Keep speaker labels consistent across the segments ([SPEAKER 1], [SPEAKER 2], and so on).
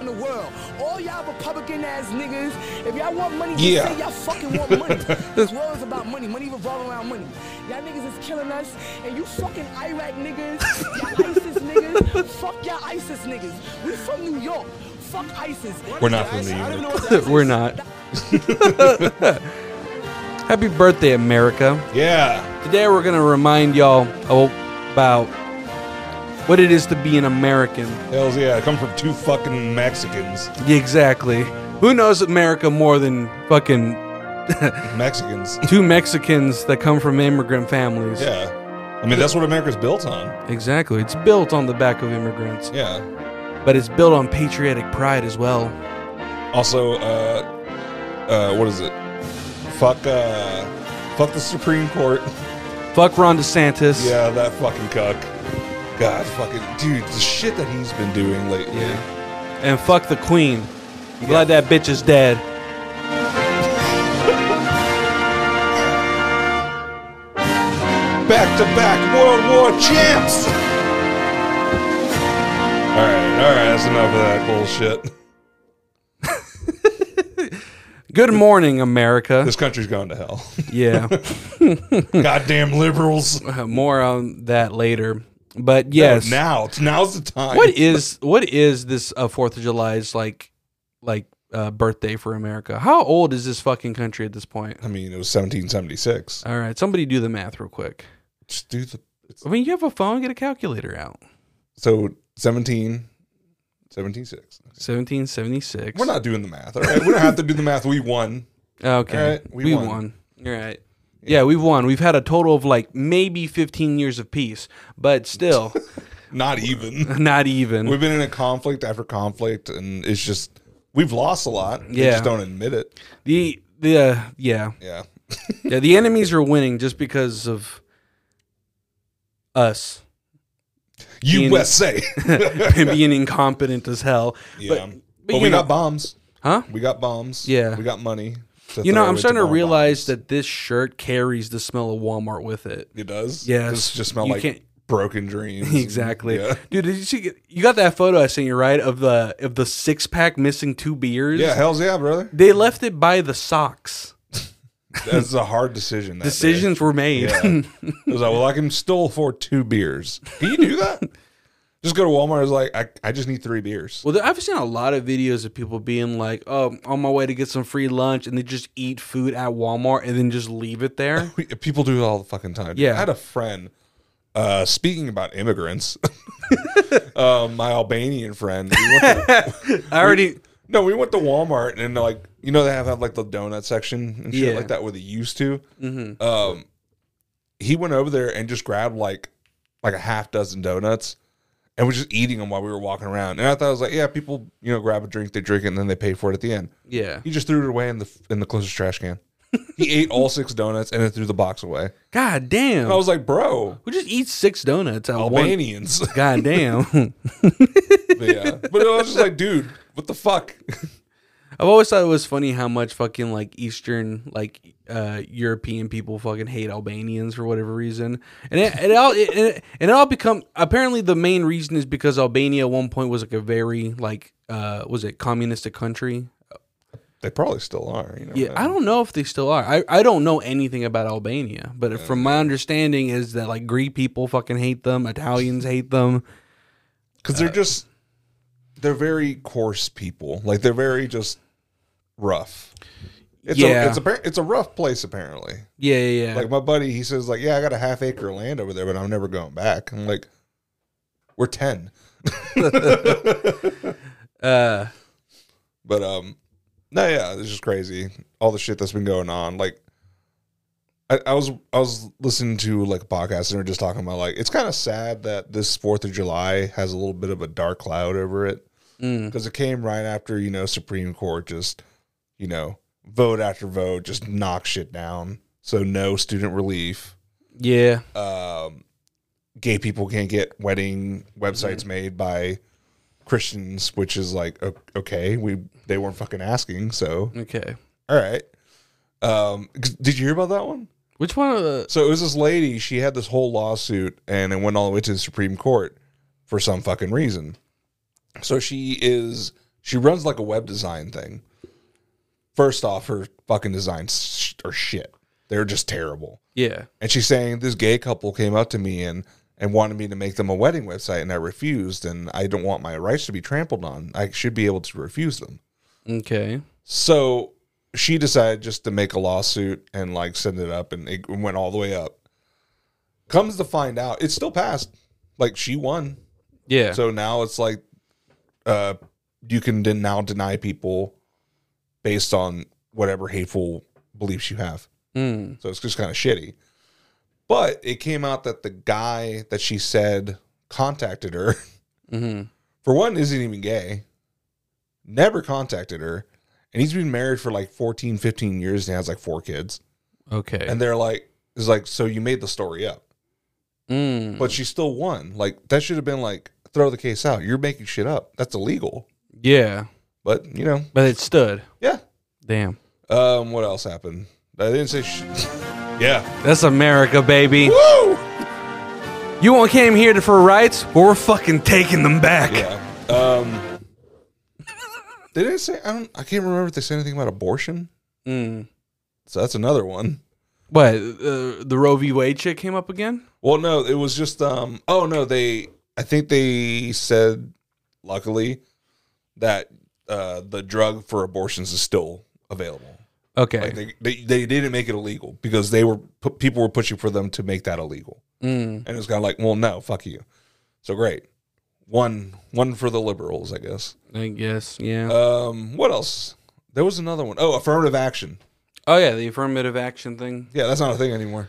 [SPEAKER 1] in the world. All y'all Republican ass niggas, if y'all want money,
[SPEAKER 2] Yeah.
[SPEAKER 1] just say y'all fucking want money. this world is about money. Money revolving around money. Y'all niggas is killing us, and you fucking Iraq niggas, y'all ISIS niggas, fuck y'all ISIS niggas. We from New York. Fuck ISIS.
[SPEAKER 2] We're not from New York.
[SPEAKER 3] We're not. Happy birthday, America.
[SPEAKER 2] Yeah.
[SPEAKER 3] Today we're going to remind y'all oh, about what it is to be an American.
[SPEAKER 2] Hells yeah. I come from two fucking Mexicans.
[SPEAKER 3] Exactly. Who knows America more than fucking
[SPEAKER 2] Mexicans.
[SPEAKER 3] two Mexicans that come from immigrant families?
[SPEAKER 2] Yeah. I mean, that's what America's built on.
[SPEAKER 3] Exactly. It's built on the back of immigrants,
[SPEAKER 2] Yeah.
[SPEAKER 3] but it's built on patriotic pride as well.
[SPEAKER 2] Also, uh, uh, what is it? Fuck, uh, fuck the Supreme Court.
[SPEAKER 3] Fuck Ron DeSantis.
[SPEAKER 2] Yeah, that fucking cuck. God, fucking dude, the shit that he's been doing lately.
[SPEAKER 3] And fuck the queen. I'm glad that bitch is dead.
[SPEAKER 2] Back to back World War champs. All right, all right, that's enough of that bullshit.
[SPEAKER 3] Good morning, America.
[SPEAKER 2] This country's going to hell.
[SPEAKER 3] Yeah.
[SPEAKER 2] Goddamn liberals.
[SPEAKER 3] Uh, More on that later. But
[SPEAKER 2] No,
[SPEAKER 3] yes.
[SPEAKER 2] now, now's the time.
[SPEAKER 3] what is what is this uh, Fourth of July's like like uh, birthday for America? How old is this fucking country at this point?
[SPEAKER 2] I mean, it was 1776.
[SPEAKER 3] All right, somebody do the math real quick.
[SPEAKER 2] Just do the
[SPEAKER 3] I mean, you have a phone, get a calculator out.
[SPEAKER 2] so 17, 176.
[SPEAKER 3] 1776.
[SPEAKER 2] We're not doing the math. All right, we don't have to do the math. We won.
[SPEAKER 3] Okay.
[SPEAKER 2] All right, we
[SPEAKER 3] we
[SPEAKER 2] won.
[SPEAKER 3] won. All right. Yeah, we've won. We've had a total of like maybe 15 years of peace, but still
[SPEAKER 2] Not even.
[SPEAKER 3] not even.
[SPEAKER 2] We've been in a conflict after conflict, and it's just we've lost a lot. We
[SPEAKER 3] Yeah.
[SPEAKER 2] just don't admit it.
[SPEAKER 3] the the uh, yeah.
[SPEAKER 2] Yeah,
[SPEAKER 3] Yeah, the enemies are winning just because of us Being-
[SPEAKER 2] USA.
[SPEAKER 3] being incompetent as hell.
[SPEAKER 2] yeah, but, we
[SPEAKER 3] but you know-
[SPEAKER 2] got bombs.
[SPEAKER 3] Huh?
[SPEAKER 2] We got bombs.
[SPEAKER 3] Yeah.
[SPEAKER 2] we got money. to
[SPEAKER 3] You know,
[SPEAKER 2] throw
[SPEAKER 3] I'm
[SPEAKER 2] into
[SPEAKER 3] starting to
[SPEAKER 2] bomb
[SPEAKER 3] realize
[SPEAKER 2] bombs.
[SPEAKER 3] that this shirt carries the smell of Walmart with it.
[SPEAKER 2] it does.
[SPEAKER 3] Yes.
[SPEAKER 2] Does it just smell
[SPEAKER 3] You
[SPEAKER 2] like
[SPEAKER 3] can't-
[SPEAKER 2] broken dreams.
[SPEAKER 3] Exactly,
[SPEAKER 2] Yeah.
[SPEAKER 3] dude. Did you see? You got that photo I sent you, right? Of the of the six pack missing two beers.
[SPEAKER 2] Yeah, hell's yeah, brother.
[SPEAKER 3] they left it by the socks.
[SPEAKER 2] That's a hard decision. That Day.
[SPEAKER 3] Decisions were made.
[SPEAKER 2] Yeah. it was like, well, I can still afford two beers. Can you do that? just go to Walmart. It's like, I, I just need three beers.
[SPEAKER 3] well, there- I've seen a lot of videos of people being like, "Oh, on my way to get some free lunch," and they just eat food at Walmart and then just leave it there.
[SPEAKER 2] We- People do it all the fucking time.
[SPEAKER 3] Yeah.
[SPEAKER 2] I had a friend. Uh, speaking about immigrants, uh, my Albanian friend. We went to,
[SPEAKER 3] I already.
[SPEAKER 2] no, we went to Walmart and like you know they have, have like the donut section and shit
[SPEAKER 3] Yeah. Mm-hmm.
[SPEAKER 2] like that where they used to. Um, he went over there and just grabbed like like a half dozen donuts and was just eating them while we were walking around. And I thought I was like, yeah, people you know grab a drink, they drink it, and then they pay for it at the end.
[SPEAKER 3] Yeah.
[SPEAKER 2] He just threw it away in the in the closest trash can. He ate all six donuts and then threw the box away.
[SPEAKER 3] God damn.
[SPEAKER 2] And I was like, bro,
[SPEAKER 3] we just eat six donuts
[SPEAKER 2] Oh,
[SPEAKER 3] at one.
[SPEAKER 2] Albanians.
[SPEAKER 3] God damn.
[SPEAKER 2] but yeah, but I was just like, dude, what the fuck?
[SPEAKER 3] I've always thought it was funny how much fucking like Eastern like uh European people fucking hate Albanians for whatever reason, and it, it all it, it, and it all become apparently the main reason is because Albania at one point was like a very like uh was it communistic country?
[SPEAKER 2] They probably still are. You know,
[SPEAKER 3] Yeah, I don't know if they still are. I, I don't know anything about Albania, but from my understanding is that like Greek people fucking hate them, Italians hate them.
[SPEAKER 2] because
[SPEAKER 3] Uh,
[SPEAKER 2] they're just they're very coarse people. Like they're very just rough. It's
[SPEAKER 3] Yeah.
[SPEAKER 2] a it's a par- it's a rough place apparently.
[SPEAKER 3] Yeah, yeah, yeah.
[SPEAKER 2] Like my buddy, he says like, yeah, I got a half acre of land over there, but I'm never going back. I'm like, we're ten,
[SPEAKER 3] uh,
[SPEAKER 2] but um, no, yeah, it's just crazy. All the shit that's been going on, like. I, I was I was listening to like a podcast and they were just talking about like it's kind of sad that this Fourth of July has a little bit of a dark cloud over it.
[SPEAKER 3] mm,
[SPEAKER 2] because it came right after you know Supreme Court just you know vote after vote just knock shit down. So no student relief.
[SPEAKER 3] yeah,
[SPEAKER 2] Um, gay people can't get wedding websites made by Christians, which is like o- okay, we they weren't fucking asking, so
[SPEAKER 3] okay.
[SPEAKER 2] all right. Um, 'cause- did you hear about that one?
[SPEAKER 3] Which one of the
[SPEAKER 2] So it was this lady. She had this whole lawsuit, and it went all the way to the Supreme Court for some fucking reason. So she is She runs like a web design thing. First off, her fucking designs sh- are shit. They're just terrible.
[SPEAKER 3] Yeah.
[SPEAKER 2] And she's saying this gay couple came up to me and and wanted me to make them a wedding website, and I refused. And I don't want my rights to be trampled on. I should be able to refuse them.
[SPEAKER 3] Okay.
[SPEAKER 2] So she decided just to make a lawsuit and like send it up, and it went all the way up. Comes to find out, it's still passed. Like she won,
[SPEAKER 3] Yeah.
[SPEAKER 2] so now it's like, uh, you can den- now deny people based on whatever hateful beliefs you have.
[SPEAKER 3] Mm.
[SPEAKER 2] So it's just kind of shitty. But it came out that the guy that she said contacted her,
[SPEAKER 3] hmm
[SPEAKER 2] for one, isn't even gay, never contacted her. And he's been married for like 14, 15 years and has like four kids.
[SPEAKER 3] Okay.
[SPEAKER 2] And they're like, it's like, so you made the story up.
[SPEAKER 3] mm.
[SPEAKER 2] But she still won. Like, that should have been like, throw the case out. You're making shit up. That's illegal.
[SPEAKER 3] yeah.
[SPEAKER 2] But, you know,
[SPEAKER 3] But it stood.
[SPEAKER 2] yeah.
[SPEAKER 3] Damn.
[SPEAKER 2] Um, what else happened? I didn't say sh yeah.
[SPEAKER 3] That's America, baby.
[SPEAKER 2] Woo!
[SPEAKER 3] You all came here to for rights, but we're fucking taking them back.
[SPEAKER 2] Yeah. Um, they didn't say. I don't. I can't remember if they said anything about abortion.
[SPEAKER 3] Mm.
[SPEAKER 2] So that's another one.
[SPEAKER 3] What? Uh, the Roe v. Wade shit came up again?
[SPEAKER 2] Well, no, it was just. Um. Oh no, they. I think they said, luckily, that uh, the drug for abortions is still available.
[SPEAKER 3] Okay.
[SPEAKER 2] Like they, they they didn't make it illegal because they were pu- people were pushing for them to make that illegal,
[SPEAKER 3] mm.
[SPEAKER 2] and it was kind of like, well, no, fuck you. So great, one one for the liberals, I guess.
[SPEAKER 3] I guess. Yeah.
[SPEAKER 2] Um, what else? There was another one. Oh, affirmative action.
[SPEAKER 3] oh yeah, the affirmative action thing.
[SPEAKER 2] Yeah, that's not a thing anymore.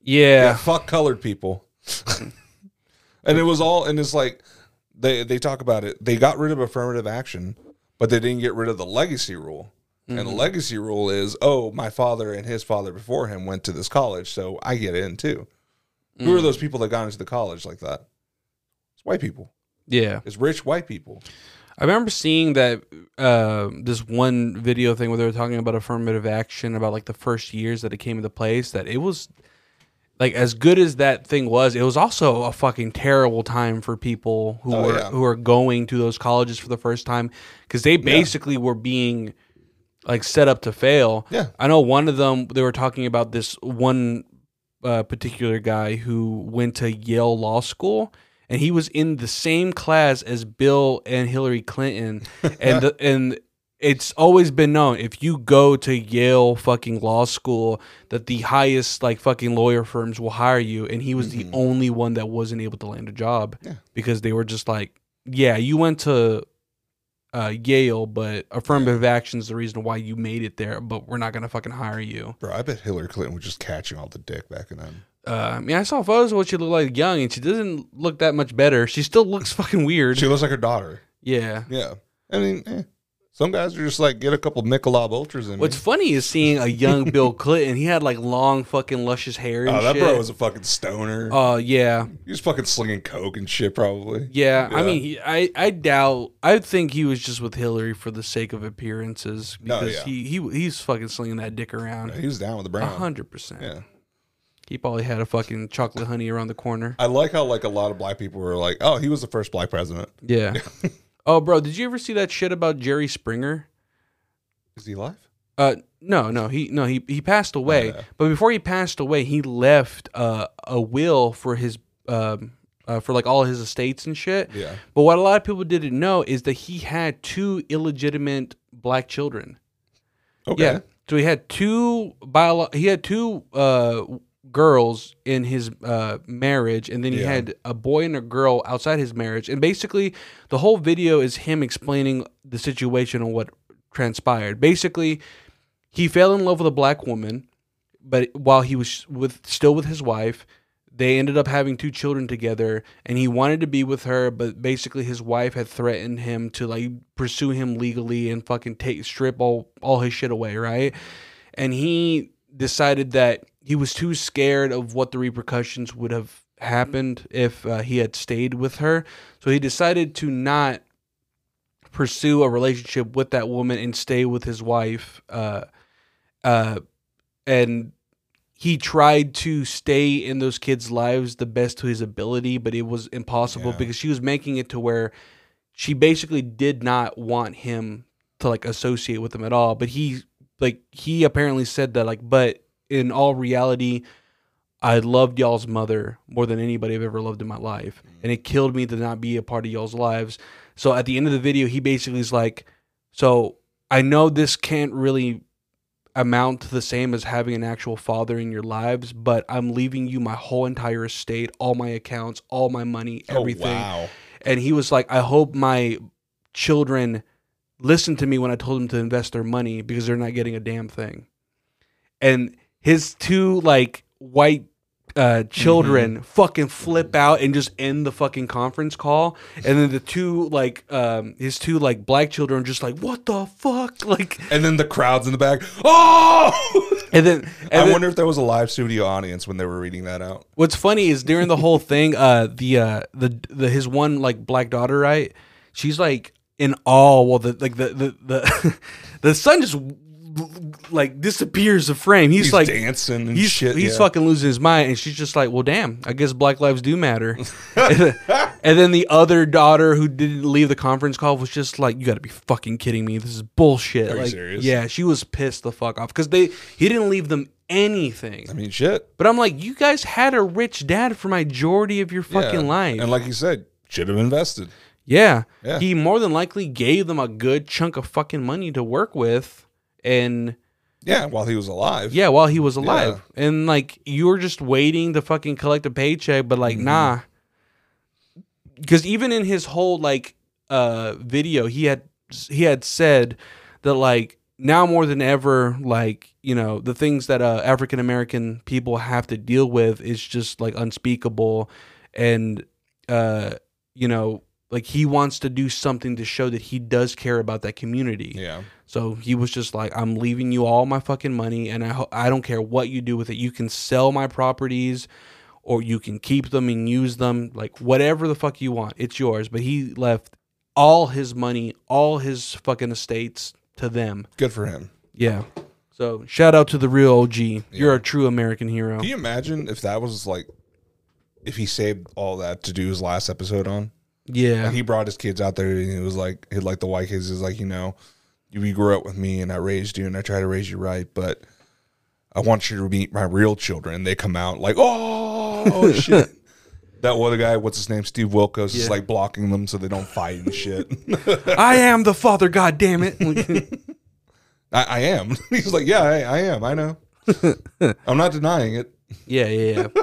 [SPEAKER 3] Yeah.
[SPEAKER 2] Fuck colored people. and it was all and it's like they they talk about it. They got rid of affirmative action, but they didn't get rid of the legacy rule. And
[SPEAKER 3] Mm-hmm.
[SPEAKER 2] the legacy rule is, oh, my father and his father before him went to this college, so I get in too. Who are
[SPEAKER 3] Mm.
[SPEAKER 2] those people that got into the college like that? It's white people.
[SPEAKER 3] Yeah.
[SPEAKER 2] It's rich white people.
[SPEAKER 3] I remember seeing that uh, this one video thing where they were talking about affirmative action about like the first years that it came into place. That it was like as good as that thing was, it was also a fucking terrible time for people who
[SPEAKER 2] Oh,
[SPEAKER 3] were
[SPEAKER 2] yeah.
[SPEAKER 3] who are going to those colleges for the first time because they basically were being like set up to fail.
[SPEAKER 2] Yeah.
[SPEAKER 3] I know one of them. They were talking about this one uh, particular guy who went to Yale Law School, and he was in the same class as Bill and Hillary Clinton, and the, and it's always been known if you go to Yale fucking law school that the highest like fucking lawyer firms will hire you, and he was the only one that wasn't able to land a job
[SPEAKER 2] Mm-hmm. Yeah.
[SPEAKER 3] because they were just like, yeah, you went to. Uh, Yale, but affirmative action is the reason why you made it there. But we're not gonna fucking hire you.
[SPEAKER 2] Bro, I bet Hillary Clinton was just catching all the dick back in then.
[SPEAKER 3] Uh, I mean, I saw photos of what she looked like young, and she doesn't look that much better. She still looks fucking weird.
[SPEAKER 2] She looks like her daughter.
[SPEAKER 3] yeah.
[SPEAKER 2] Yeah. I mean, eh. some guys are just like, get a couple Michelob Ultras in me.
[SPEAKER 3] What's funny is seeing a young Bill Clinton. He had like long fucking luscious hair. And
[SPEAKER 2] Oh, that
[SPEAKER 3] shit.
[SPEAKER 2] bro was a fucking stoner.
[SPEAKER 3] Oh yeah,
[SPEAKER 2] he was fucking slinging coke and shit, probably.
[SPEAKER 3] yeah. I
[SPEAKER 2] Yeah.
[SPEAKER 3] mean, he, I I doubt. I think he was just with Hillary for the sake of appearances
[SPEAKER 2] No,
[SPEAKER 3] because
[SPEAKER 2] yeah.
[SPEAKER 3] he he he's fucking slinging that dick
[SPEAKER 2] Yeah,
[SPEAKER 3] around.
[SPEAKER 2] He was down with the
[SPEAKER 3] A
[SPEAKER 2] brown.
[SPEAKER 3] hundred percent.
[SPEAKER 2] Yeah.
[SPEAKER 3] He probably had a fucking chocolate honey around the corner.
[SPEAKER 2] I like how like a lot of black people were like, "Oh, he was the first black president."
[SPEAKER 3] Yeah. oh, bro, did you ever see that shit about Jerry Springer?
[SPEAKER 2] Is he alive?
[SPEAKER 3] Uh, no, no, he no he he passed away.
[SPEAKER 2] Oh, yeah.
[SPEAKER 3] But before he passed away, he left uh, a will for his um, uh, for like all his estates and shit.
[SPEAKER 2] Yeah.
[SPEAKER 3] But what a lot of people didn't know is that he had two illegitimate black children.
[SPEAKER 2] Okay.
[SPEAKER 3] Yeah. So he had two bio- he had two uh, girls in his uh, marriage, and then he
[SPEAKER 2] Yeah.
[SPEAKER 3] had a boy and a girl outside his marriage. And basically, the whole video is him explaining the situation and what transpired. Basically, he fell in love with a black woman, but while he was with still with his wife, they ended up having two children together, and he wanted to be with her, but basically his wife had threatened him to like pursue him legally and fucking take strip all all his shit away, right? And he decided that he was too scared of what the repercussions would have happened if uh, he had stayed with her, so he decided to not pursue a relationship with that woman and stay with his wife. Uh, uh, and he tried to stay in those kids' lives the best to his ability, but it was impossible
[SPEAKER 2] Yeah.
[SPEAKER 3] because she was making it to where she basically did not want him to like associate with him at all. But he like he apparently said that like, but in all reality, I loved y'all's mother more than anybody I've ever loved in my life, and it killed me to not be a part of y'all's lives. So at the end of the video, he basically is like, so I know this can't really amount to the same as having an actual father in your lives, but I'm leaving you my whole entire estate, all my accounts, all my money, everything
[SPEAKER 2] Oh, wow.
[SPEAKER 3] and he was like, "I hope my children listen to me when I told them to invest their money because they're not getting a damn thing." And his two like white uh, children fucking flip out and just end the fucking conference call, and then the two like um, his two like black children are just like, "What the fuck?" Like,
[SPEAKER 2] And then the crowds in the back. Oh!
[SPEAKER 3] and then and
[SPEAKER 2] I
[SPEAKER 3] then-
[SPEAKER 2] wonder if there was a live studio audience when they were reading that out.
[SPEAKER 3] What's funny is during the whole thing, uh, the uh, the the his one like black daughter, right? She's like in awe. Well, the like the the the, the son just like disappears the frame. He's,
[SPEAKER 2] He's
[SPEAKER 3] like
[SPEAKER 2] dancing and
[SPEAKER 3] he's
[SPEAKER 2] shit.
[SPEAKER 3] he's
[SPEAKER 2] yeah.
[SPEAKER 3] fucking losing his mind, and she's just like, well, damn, I guess black lives do matter. and, then, and then the other daughter who didn't leave the conference call was just like, you got to be fucking kidding me. This is bullshit.
[SPEAKER 2] Are you
[SPEAKER 3] like,
[SPEAKER 2] serious?
[SPEAKER 3] yeah, she was pissed the fuck off because they he didn't leave them anything.
[SPEAKER 2] I mean, shit.
[SPEAKER 3] But I'm like, you guys had a rich dad for majority of your fucking
[SPEAKER 2] Yeah.
[SPEAKER 3] life.
[SPEAKER 2] And like you said, should have invested.
[SPEAKER 3] yeah.
[SPEAKER 2] Yeah.
[SPEAKER 3] He more than likely gave them a good chunk of fucking money to work with. And
[SPEAKER 2] Yeah, while he was alive.
[SPEAKER 3] yeah, while he was alive. And like, you were just waiting to fucking collect a paycheck, but like, nah. Because even in his whole like uh video, he had he had said that like now more than ever, like you know the things that uh, African American people have to deal with is just like unspeakable, and uh you know like he wants to do something to show that he does care about that community.
[SPEAKER 2] Yeah.
[SPEAKER 3] So he was just like, I'm leaving you all my fucking money, and I ho- I don't care what you do with it. You can sell my properties, or you can keep them and use them, like whatever the fuck you want. It's yours. But he left all his money, all his fucking estates to them.
[SPEAKER 2] Good for him.
[SPEAKER 3] Yeah. So shout out to the real OG. You're a true American hero.
[SPEAKER 2] Can you imagine if that was like, if he saved all that to do his last episode on?
[SPEAKER 3] yeah.
[SPEAKER 2] And he brought his kids out there and it was like, he like the white kids is like, you know, you you grew up with me and I raised you and I try to raise you right, but I want you to meet my real children. And they come out like, oh, shit. That other guy, what's his name? Steve Wilkos is like blocking them so they don't fight and shit.
[SPEAKER 3] I am the father. God damn it.
[SPEAKER 2] I, I am. He's like, yeah, I, I am. I know. I'm not denying it.
[SPEAKER 3] Yeah, yeah, yeah.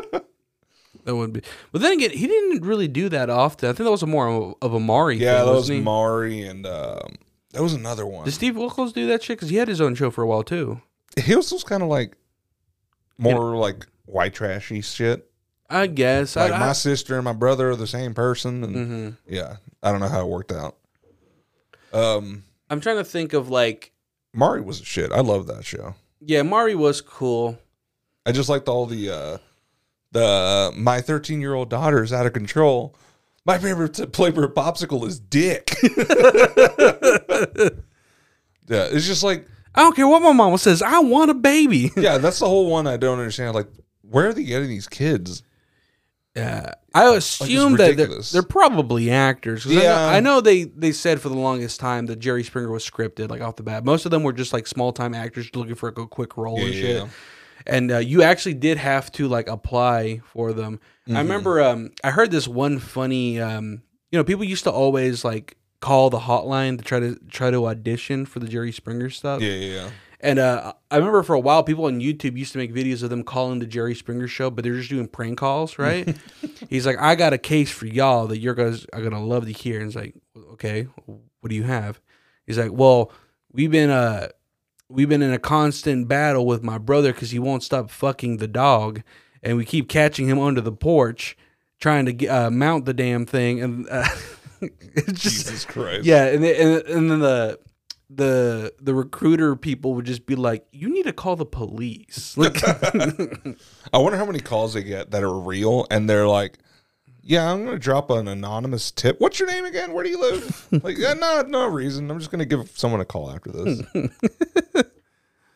[SPEAKER 3] that would be. But then again, he didn't really do that often. I think that was a more of a Mari.
[SPEAKER 2] Yeah,
[SPEAKER 3] thing,
[SPEAKER 2] that was
[SPEAKER 3] wasn't he?
[SPEAKER 2] Mari and um, that was another one.
[SPEAKER 3] Did Steve Wilkos do that shit? Because he had his own show for a while too.
[SPEAKER 2] he was just kind of like more like white trashy shit.
[SPEAKER 3] I guess.
[SPEAKER 2] Like
[SPEAKER 3] I,
[SPEAKER 2] my
[SPEAKER 3] I, Mm-hmm.
[SPEAKER 2] sister and my brother are the same person, and yeah, I don't know how it worked out. Um,
[SPEAKER 3] I'm trying to think of like,
[SPEAKER 2] Mari was a shit. I love that show.
[SPEAKER 3] yeah, Mari was cool.
[SPEAKER 2] I just liked all the uh, the uh, my 13 year old daughter is out of control. My favorite t- flavor of popsicle is dick. yeah, it's just like
[SPEAKER 3] I don't care what my mama says. I want a baby.
[SPEAKER 2] yeah, that's the whole one I don't understand. Like, where are they getting these kids?
[SPEAKER 3] Yeah, I assume that they're,
[SPEAKER 2] ridiculous.
[SPEAKER 3] they're probably actors. 'Cause I know-
[SPEAKER 2] Yeah.
[SPEAKER 3] I know, they they said for the longest time that Jerry Springer was scripted, like off the bat. Most of them were just like small time actors looking for a quick role and
[SPEAKER 2] yeah,
[SPEAKER 3] shit.
[SPEAKER 2] yeah.
[SPEAKER 3] And uh, you actually did have to like apply for them.
[SPEAKER 2] Mm-hmm.
[SPEAKER 3] I remember um, I heard this one funny. Um, you know, people used to always like call the hotline to try to try to audition for the Jerry Springer stuff.
[SPEAKER 2] Yeah, yeah, yeah.
[SPEAKER 3] And uh, I remember for a while, people on YouTube used to make videos of them calling the Jerry Springer show, but they're just doing prank calls, right? he's like, I got a case for y'all that you're guys are gonna love to hear. And it's like, okay, what do you have? He's like, well, we've been uh, we've been in a constant battle with my brother because he won't stop fucking the dog, and we keep catching him under the porch trying to get, uh, mount the damn thing, and uh, it's just
[SPEAKER 2] Jesus Christ.
[SPEAKER 3] yeah, and the, and and then the the the recruiter people would just be like, "You need to call the police." Like,
[SPEAKER 2] I wonder how many calls they get that are real and they're like, yeah, I'm going to drop an anonymous tip. What's your name again? Where do you live? like, yeah, no, no reason. I'm just going to give someone a call after this. It's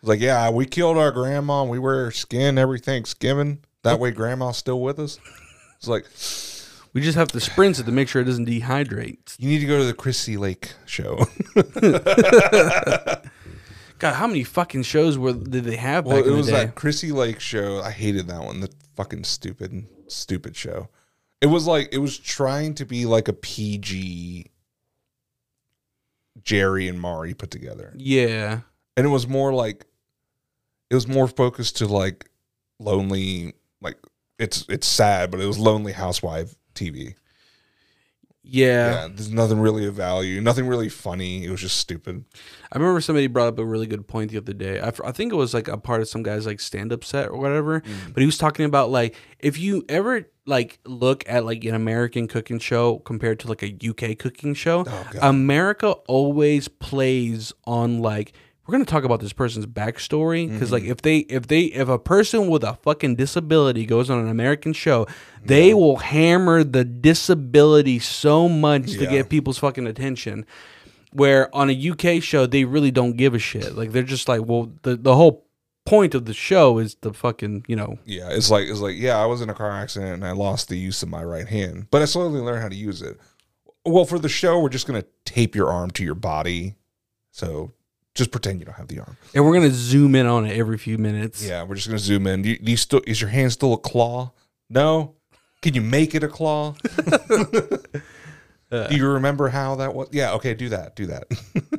[SPEAKER 2] like, yeah, we killed our grandma. And we wear her skin every Thanksgiving. That way, grandma's still with us. It's like,
[SPEAKER 3] We just have to sprint it to make sure it doesn't dehydrate.
[SPEAKER 2] You need to go to the Chrissy Lake show.
[SPEAKER 3] God, how many fucking shows were did they have
[SPEAKER 2] well,
[SPEAKER 3] back
[SPEAKER 2] it
[SPEAKER 3] in
[SPEAKER 2] was
[SPEAKER 3] the day?
[SPEAKER 2] that Chrissy Lake show. I hated that one. The fucking stupid, stupid show. It was like it was trying to be like a PG Jerry and Mari put together.
[SPEAKER 3] yeah.
[SPEAKER 2] and it was more like it was more focused to like lonely like it's it's sad but it was lonely housewife tv yeah,
[SPEAKER 3] Yeah.
[SPEAKER 2] there's nothing really of value nothing really funny it was just stupid
[SPEAKER 3] I remember somebody brought up a really good point the other day. I, f- I think it was like a part of some guy's like stand up set or whatever, but he was talking about like if you ever like look at like an American cooking show compared to like a UK cooking show,
[SPEAKER 2] Oh, God.
[SPEAKER 3] America always plays on like we're gonna talk about this person's backstory because like if they if they if a person with a fucking disability goes on an American show, they will hammer the disability so much to
[SPEAKER 2] Yeah.
[SPEAKER 3] get people's fucking attention. Where on a UK show they really don't give a shit. Like they're just like, well, the the whole point of the show is the fucking you know
[SPEAKER 2] yeah it's like it's like yeah i was in a car accident and i lost the use of my right hand but i slowly learned how to use it well for the show we're just gonna tape your arm to your body so just pretend you don't have the arm
[SPEAKER 3] and we're gonna zoom in on it every few minutes.
[SPEAKER 2] Yeah, we're just gonna zoom in. Do you, do you still is your hand still a claw? No. Can you make it a claw? do you remember how that was? Yeah. Okay. Do that. Do that.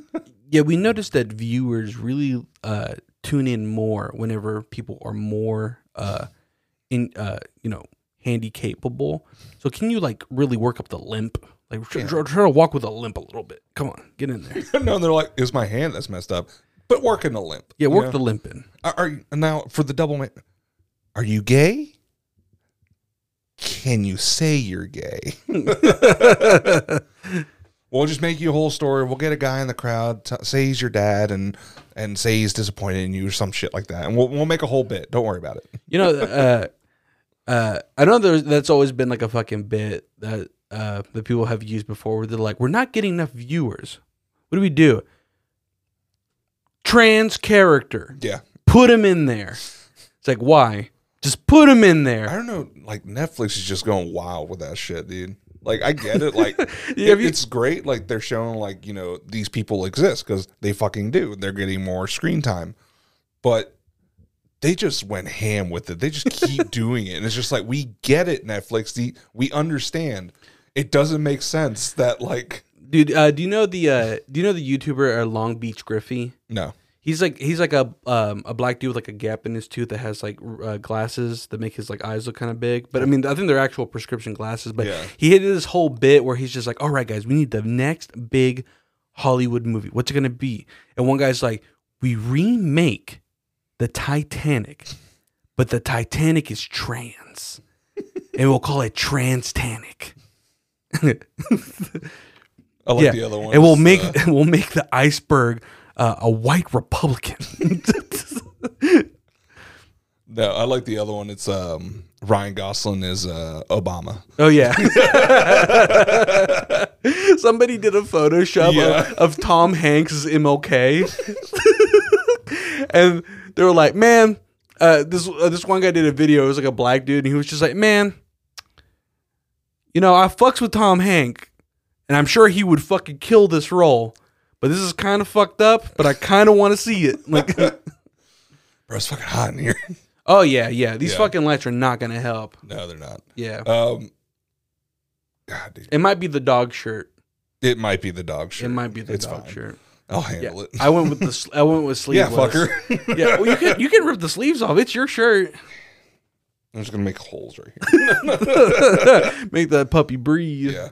[SPEAKER 3] Yeah, we noticed that viewers really uh, tune in more whenever people are more uh, in uh, you know handy capable. So can you like really work up the limp? Like try, try, try to walk with a limp a little bit. Come on, get in there.
[SPEAKER 2] no, they're like, it was my hand that's messed up. But working the limp.
[SPEAKER 3] Yeah,
[SPEAKER 2] you
[SPEAKER 3] work
[SPEAKER 2] know?
[SPEAKER 3] the limp in.
[SPEAKER 2] Are, are you- now for the double. Ma- are you gay? Can you say you're gay? we'll just make you a whole story. We'll get a guy in the crowd, t- say he's your dad, and and say he's disappointed in you or some shit like that, and we'll we'll make a whole bit. Don't worry about it.
[SPEAKER 3] You know, uh, uh, I know there's, that's always been like a fucking bit that uh, that people have used before, where they're like, "We're not getting enough viewers. What do we do?" Trans character.
[SPEAKER 2] Yeah,
[SPEAKER 3] put him in there. It's like, why? Just put him in
[SPEAKER 2] I
[SPEAKER 3] there.
[SPEAKER 2] don't know. Like Netflix is just going wild with that shit, dude. Like I get it. Like
[SPEAKER 3] Yeah,
[SPEAKER 2] it-
[SPEAKER 3] if you-
[SPEAKER 2] it's great. Like they're showing like you know these people exist because they fucking do. They're getting more screen time, but they just went ham with it. They just keep doing it, and it's just like we get it, Netflix. The, we understand. It doesn't make sense that like
[SPEAKER 3] Dude, uh, do you know the uh, do you know the YouTuber uh, Long Beach Griffey?
[SPEAKER 2] no.
[SPEAKER 3] He's like he's like a um, a black dude with like a gap in his tooth that has like r- uh, glasses that make his like eyes look kind of big. But I mean, I think they're actual prescription glasses. But
[SPEAKER 2] Yeah.
[SPEAKER 3] he hit this whole bit where he's just like, "All right, guys, we need the next big Hollywood movie. What's it gonna be?" And one guy's like, "We remake the Titanic, but the Titanic is trans, and we'll call it Transtanic."
[SPEAKER 2] I like
[SPEAKER 3] yeah.
[SPEAKER 2] the other one.
[SPEAKER 3] And we'll
[SPEAKER 2] It's,
[SPEAKER 3] make
[SPEAKER 2] uh,
[SPEAKER 3] we'll make the iceberg uh, a white Republican.
[SPEAKER 2] no. I like the other one. It's um Ryan Gosling is uh Obama.
[SPEAKER 3] oh yeah. Somebody did a Photoshop
[SPEAKER 2] Yeah.
[SPEAKER 3] of, of Tom Hanks' MLK, and they were like, "Man, uh, this uh, this one guy did a video. It was like a black dude, and he was just like, man, you know, I fucks with Tom Hank, and I'm sure he would fucking kill this role." But this is kind of fucked up, but I kind of want to see it. Like,
[SPEAKER 2] Bro, it's fucking hot in here.
[SPEAKER 3] Oh yeah, yeah. These
[SPEAKER 2] Yeah.
[SPEAKER 3] fucking lights are not gonna help.
[SPEAKER 2] No, they're not.
[SPEAKER 3] Yeah.
[SPEAKER 2] Um, God, dude,
[SPEAKER 3] it might be the dog shirt.
[SPEAKER 2] it might be the dog shirt.
[SPEAKER 3] It might be the
[SPEAKER 2] It's
[SPEAKER 3] dog
[SPEAKER 2] fine.
[SPEAKER 3] shirt.
[SPEAKER 2] I'll
[SPEAKER 3] Yeah.
[SPEAKER 2] handle it.
[SPEAKER 3] I went with the sl- I went with
[SPEAKER 2] yeah,
[SPEAKER 3] sleeveless.
[SPEAKER 2] fucker.
[SPEAKER 3] yeah, well, you can you can rip the sleeves off. It's your shirt.
[SPEAKER 2] I'm just gonna make holes right here.
[SPEAKER 3] Make that puppy breathe.
[SPEAKER 2] Yeah.